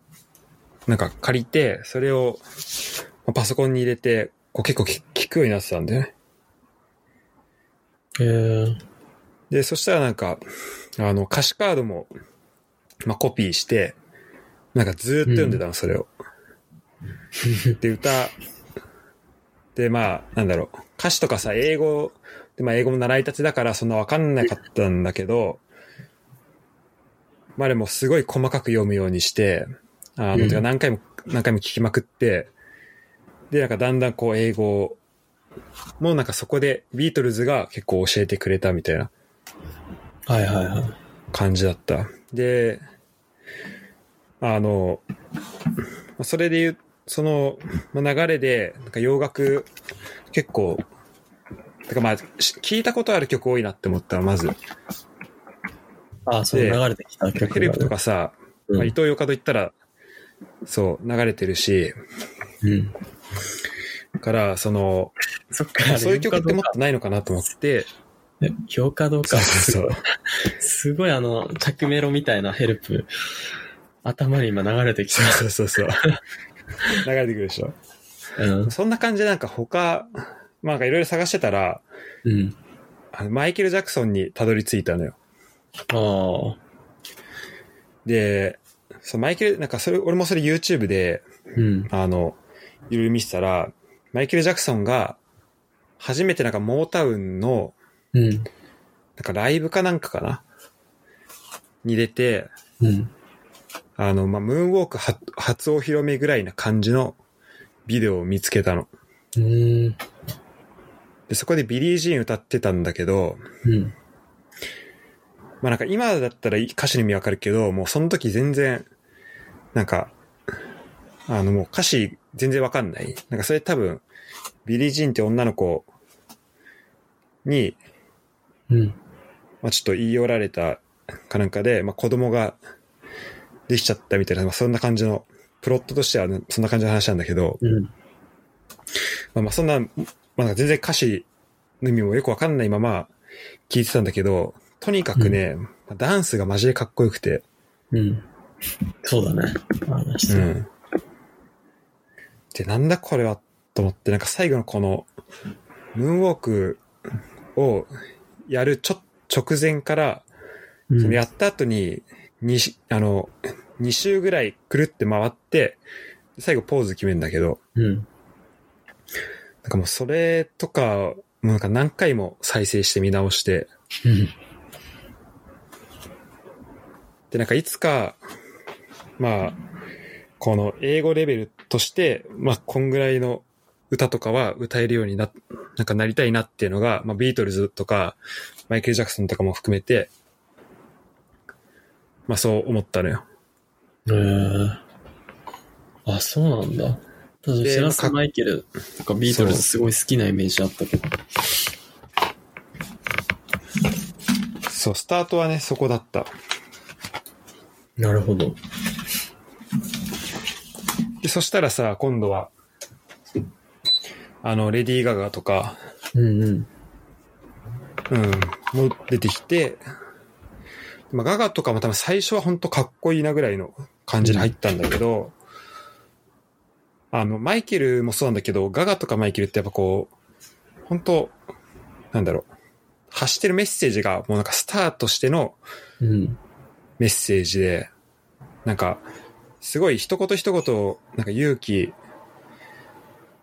S2: なんか借りて、それをまあパソコンに入れて、こう結構き聞くようになってたんだよね。
S1: えー、
S2: で、そしたらなんか、あの歌詞カードも、まあ、コピーして、なんかずーっと読んでたの、それを。で、歌、で、まあ、なんだろう、歌詞とかさ、英語、で、まあ、英語も習いたちだから、そんなわかんなかったんだけど、まあでも、すごい細かく読むようにして、あ
S1: う
S2: の、
S1: ん
S2: てか何回も、何回も聞きまくって、で、なんかだんだんこう、英語もうなんかそこで、ビートルズが結構教えてくれたみたいな
S1: はいはいはい。
S2: 感じだった。で、あの、それで言う、そのまあ流れで、なんか洋楽結構、てかまあ、し聞いたことある曲多いなって思ったら、まず、
S1: あ、そう、流
S2: で
S1: れてきた曲
S2: ヘルプとかさ、
S1: うん
S2: まあ、伊藤洋華と言ったら、そう、流れてるし、
S1: うん。
S2: から、その、
S1: そっか
S2: まあ、そういう曲ってもっとないのかなと思って、
S1: え評価どう
S2: そ
S1: か
S2: う。そうそう。
S1: すごいあの、着メロみたいなヘルプ。頭に今流れてきた。
S2: そうそうそうそう。 流れてくるでしょ。
S1: うん。
S2: そんな感じでなんか他、まあなんかいろいろ探してたら、
S1: うん。
S2: あのマイケル・ジャクソンにたどり着いたのよ。
S1: ああ。
S2: で、そのマイケル、なんかそれ、俺もそれ YouTube で、
S1: うん。
S2: あの、いろいろ見てたら、マイケル・ジャクソンが、初めてなんかモータウンの、
S1: うん。
S2: なんかライブかなんかかなに出て、
S1: うん。
S2: あの、まあ、ムーンウォークは初お披露目ぐらいな感じのビデオを見つけたの。
S1: うん。
S2: で、そこでビリー・ジーン歌ってたんだけど、
S1: うん。
S2: まあなんか今だったら歌詞の意味わかるけど、もうその時全然、なんか、あのもう歌詞全然わかんない。なんかそれ多分、ビリー・ジーンって女の子に、
S1: うん。
S2: まあちょっと言い寄られたかなんかで、まあ子供ができちゃったみたいな、まあそんな感じの、プロットとしてはねそんな感じの話なんだけど、
S1: うん。
S2: まあまあそんな、まあなんか全然歌詞の意味もよくわかんないまま聞いてたんだけど、とにかくね、まあダンスがマジでかっこよくて、
S1: うん。そうだね。話して
S2: うん。で、なんだこれはと思って、なんか最後のこの、ムーンウォークをやるちょ、直前から、そのやった後に、にし、あの、2周ぐらいくるって回って、最後ポーズ決めるんだけど、
S1: うん。
S2: なんかもうそれとか、もうなんか何回も再生して見直して、
S1: うん。
S2: で、なんかいつか、まあ、この英語レベルとして、まあ、こんぐらいの歌とかは歌えるようにな、なんかなりたいなっていうのが、まあ、ビートルズとか、マイケル・ジャクソンとかも含めて、まあ、そう思ったのよ。
S1: へえ。あ、そうなんだ。確かに
S2: で
S1: シラス・
S2: か
S1: マイケルとかビートルズすごい好きなイメージあったけど。
S2: そう、スタートはね、そこだった。
S1: なるほど。
S2: で、そしたらさ、今度は、あの、レディー・ガガとか、
S1: うんうん。
S2: うん、も出てきて、まあ、ガガとかも多分最初は本当かっこいいなぐらいの感じで入ったんだけど、あの、マイケルもそうなんだけど、ガガとかマイケルってやっぱこう、本当なんだろう、発してるメッセージがもうなんかスターとしての
S1: うん。
S2: メッセージで、なんか、すごい一言一言、なんか勇気、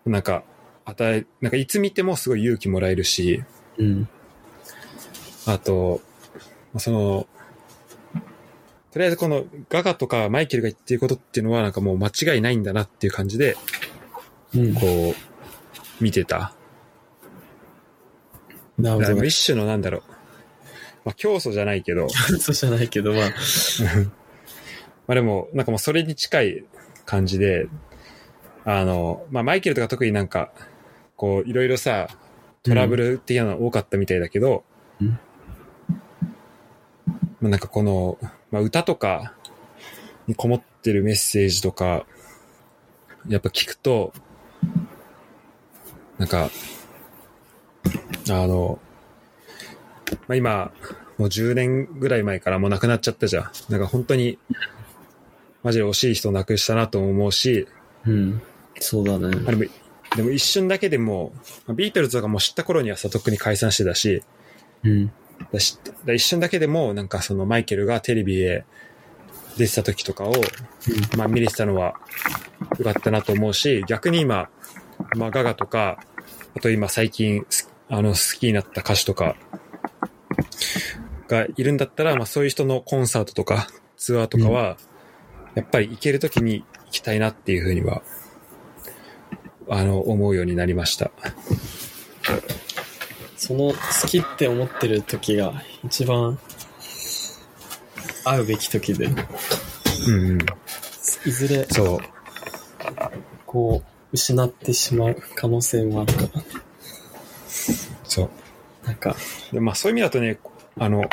S2: なんか与え、なんかいつ見てもすごい勇気もらえるし、
S1: うん。
S2: あと、その、とりあえずこのガガとかマイケルが言ってることっていうのはなんかもう間違いないんだなっていう感じで、
S1: うん。
S2: こう、見てた。
S1: な
S2: だ
S1: る
S2: から
S1: ほ
S2: もう
S1: ど。
S2: 一種のなんだろう。まあ、競争じゃないけど、
S1: そうじゃないけど、まあ。
S2: まあでも、なんかもうそれに近い感じで、あの、まあマイケルとか特になんか、こう、いろいろさ、トラブル的なの多かったみたいだけど、
S1: うん
S2: まあなんかこの、まあ、歌とかにこもってるメッセージとか、やっぱ聞くと、なんか、あの、まあ、今、もう10年ぐらい前からもう亡くなっちゃったじゃん。なんか本当に、マジで惜しい人を亡くしたなとも思うし、
S1: うん。そうだね。
S2: まあ、でも、でも一瞬だけでも、まあビートルズとかも知った頃にはさ、とっくに解散してたし、
S1: うん。
S2: だしだから一瞬だけでも、なんかそのマイケルがテレビへ出てた時とかを、まあ見れてたのは、よかったなと思うし、逆に今、まあガガとか、あと今最近す、あの、好きになった歌手とか、がいるんだったら、まあそういう人のコンサートとか、ツアーとかは、やっぱり行けるときに行きたいなっていうふうには、あの、思うようになりました。
S1: その好きって思ってる時が一番会うべき時で、
S2: うんうん、
S1: いずれ
S2: そう。
S1: こう失ってしまう可能性もあるから、
S2: そう。
S1: なんか、
S2: でまあそういう意味だとね、あの、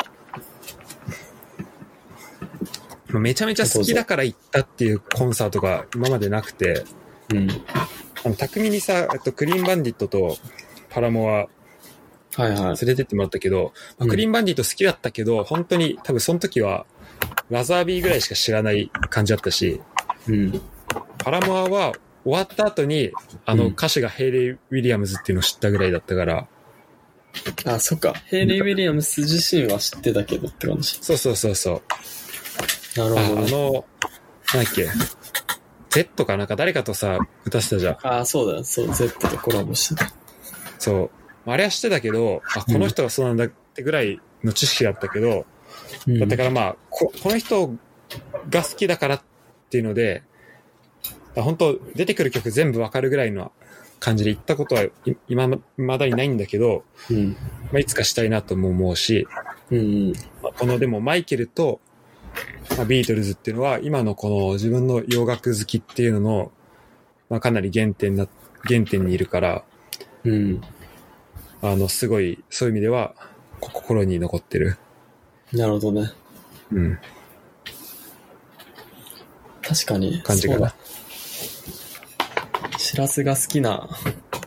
S2: めちゃめちゃ好きだから行ったっていうコンサートが今までなくて、
S1: うん。
S2: あの、匠にさ、えっと、クリーンバンディットとパラモア
S1: はいは
S2: 連れてってもらったけど、
S1: う
S2: まあ、
S1: ん
S2: クリーンバンディット好きだったけど、本当に多分その時は、ラザービーぐらいしか知らない感じだったし、
S1: い。うん。
S2: パラモアは終わった後に、あ
S1: う
S2: の
S1: ん
S2: 歌手がヘイレイ・ウィリアムズっていうのを知ったぐらいだったから、
S1: あ、そっか。ヘイリー・ウィリアムス自身は知ってたけどって感じ。
S2: そうそうそうそう。
S1: なる
S2: ああ
S1: ほどね。
S2: の、なんだっけ、Z かなんか誰かとさ、歌ってたじゃん。
S1: あそうだ。そう、Z とコラボしてた。
S2: そう。あれは知ってたけど、あ、この人がそうなんだってぐらいの知識だったけど、
S1: うん
S2: だったからまあ、ここの人が好きだからっていうので、あ本当出てくる曲全部わかるぐらいの感じで行ったことはい今まだにないんだけど、
S1: うん。
S2: まあ、いつかしたいなとも思うし、
S1: うんうん。
S2: まあこのでもマイケルと、まあビートルズっていうのは今のこの自分の洋楽好きっていうのの、まあ、かなり原点な、原点にいるから、
S1: うん。
S2: あの、すごい、そういう意味では、こ心に残ってる。
S1: なるほどね。
S2: うん。
S1: 確かに。
S2: 感じかな
S1: そうだシラスが好きな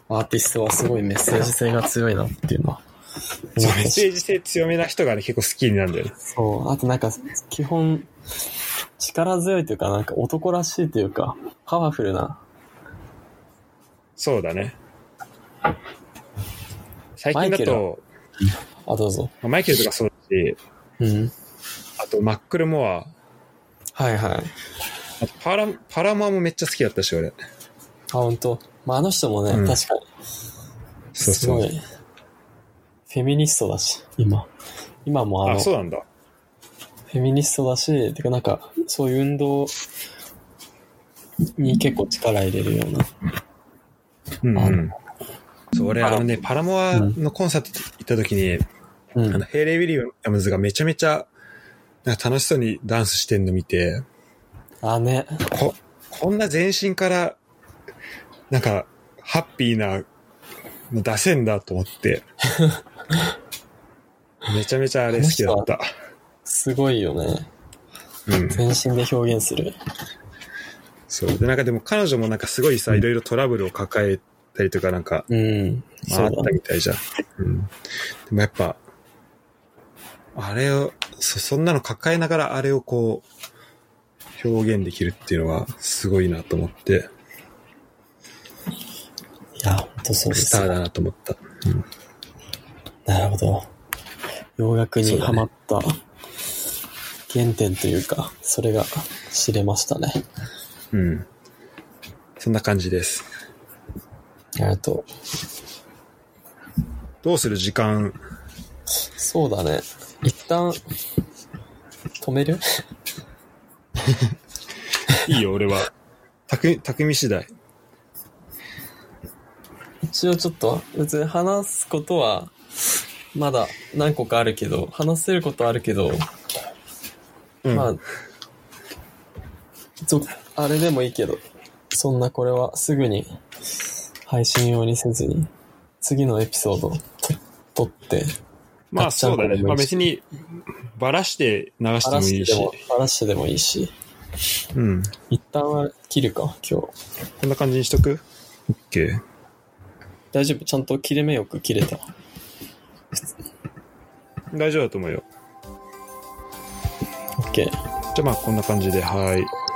S1: アーティストはすごいメッセージ性が強いなっていうのは。
S2: そう、メッセージ性強めな人がね、結構好きになるんだよね。
S1: そう。あとなんか、基本、力強いというか、なんか男らしいというか、パワフルな。
S2: そうだね。最
S1: マ
S2: 近
S1: イ
S2: だ
S1: ケル
S2: と、
S1: あ、どうぞ。
S2: まあマイケルとかそうだし、
S1: うん。
S2: あとマックルモア、
S1: はいはい。
S2: あとパラ、パラモアもめっちゃ好きだったし、俺。
S1: あ、本当。まあ、あの人もね、
S2: うん
S1: 確かに、
S2: そ
S1: す
S2: うそ
S1: ご
S2: う
S1: い。、フェミニストだし、今。今もあの、
S2: あ、そうなんだ。
S1: フェミニストだし、てかなんか、そういう運動に結構力入れるような。
S2: うん、
S1: あ
S2: うん。そう、俺、
S1: パラ
S2: あのね、パラモアのコンサート行った時に、
S1: う
S2: あの、
S1: ん。
S2: ヘイレイ・ウィリアムズがめちゃめちゃ、なんか楽しそうにダンスしてんの見て、
S1: あ、ね。
S2: こ、こんな全身から、なんか、ハッピーなの出せんだと思 って。めちゃめちゃあれ好きだった。
S1: すごいよね。
S2: うん。
S1: 全身で表現する。
S2: そう。で、なんかでも彼女もなんかすごいさ、いろいろトラブルを抱えたりとかなんか、
S1: うん。
S2: まあ、
S1: そ
S2: あっ
S1: うだ
S2: たみたいじゃん。うん。でもやっぱ、あれを、そ、そんなの抱えながらあれをこう、表現できるっていうのはすごいなと思って、
S1: いや、本当そうで
S2: ス
S1: す
S2: ター
S1: よ。
S2: だなと思った。
S1: なるほど。洋楽にハマった原点というか、それが知れましたね。
S2: うん。そんな感じです。
S1: ありがとう。
S2: どうする時間。
S1: そうだね。一旦、止める
S2: いいよ、俺は。 たく、たくみ次第。
S1: 一応ちょっと、別に話すことは、まだ何個かあるけど、話せることはあるけど、
S2: うん。
S1: まあ、ちょあれでもいいけど、そんなこれはすぐに配信用にせずに、次のエピソードを撮って、
S2: ま
S1: た
S2: あ
S1: っちゃん
S2: そうだね。
S1: これも
S2: ま
S1: い
S2: あ
S1: い
S2: 別
S1: し
S2: に、ばらして流し
S1: ば
S2: ても
S1: ら
S2: い
S1: し
S2: い
S1: て
S2: し。
S1: でも、ばらしてでもいいし、
S2: うん。
S1: 一旦は切るか、今日。
S2: こんな感じにしとく ?OK。
S1: 大丈夫ちゃんと切れ目よく切れた。
S2: 大丈夫だと思うよ。
S1: OK。
S2: じゃあまあこんな感じで、はい。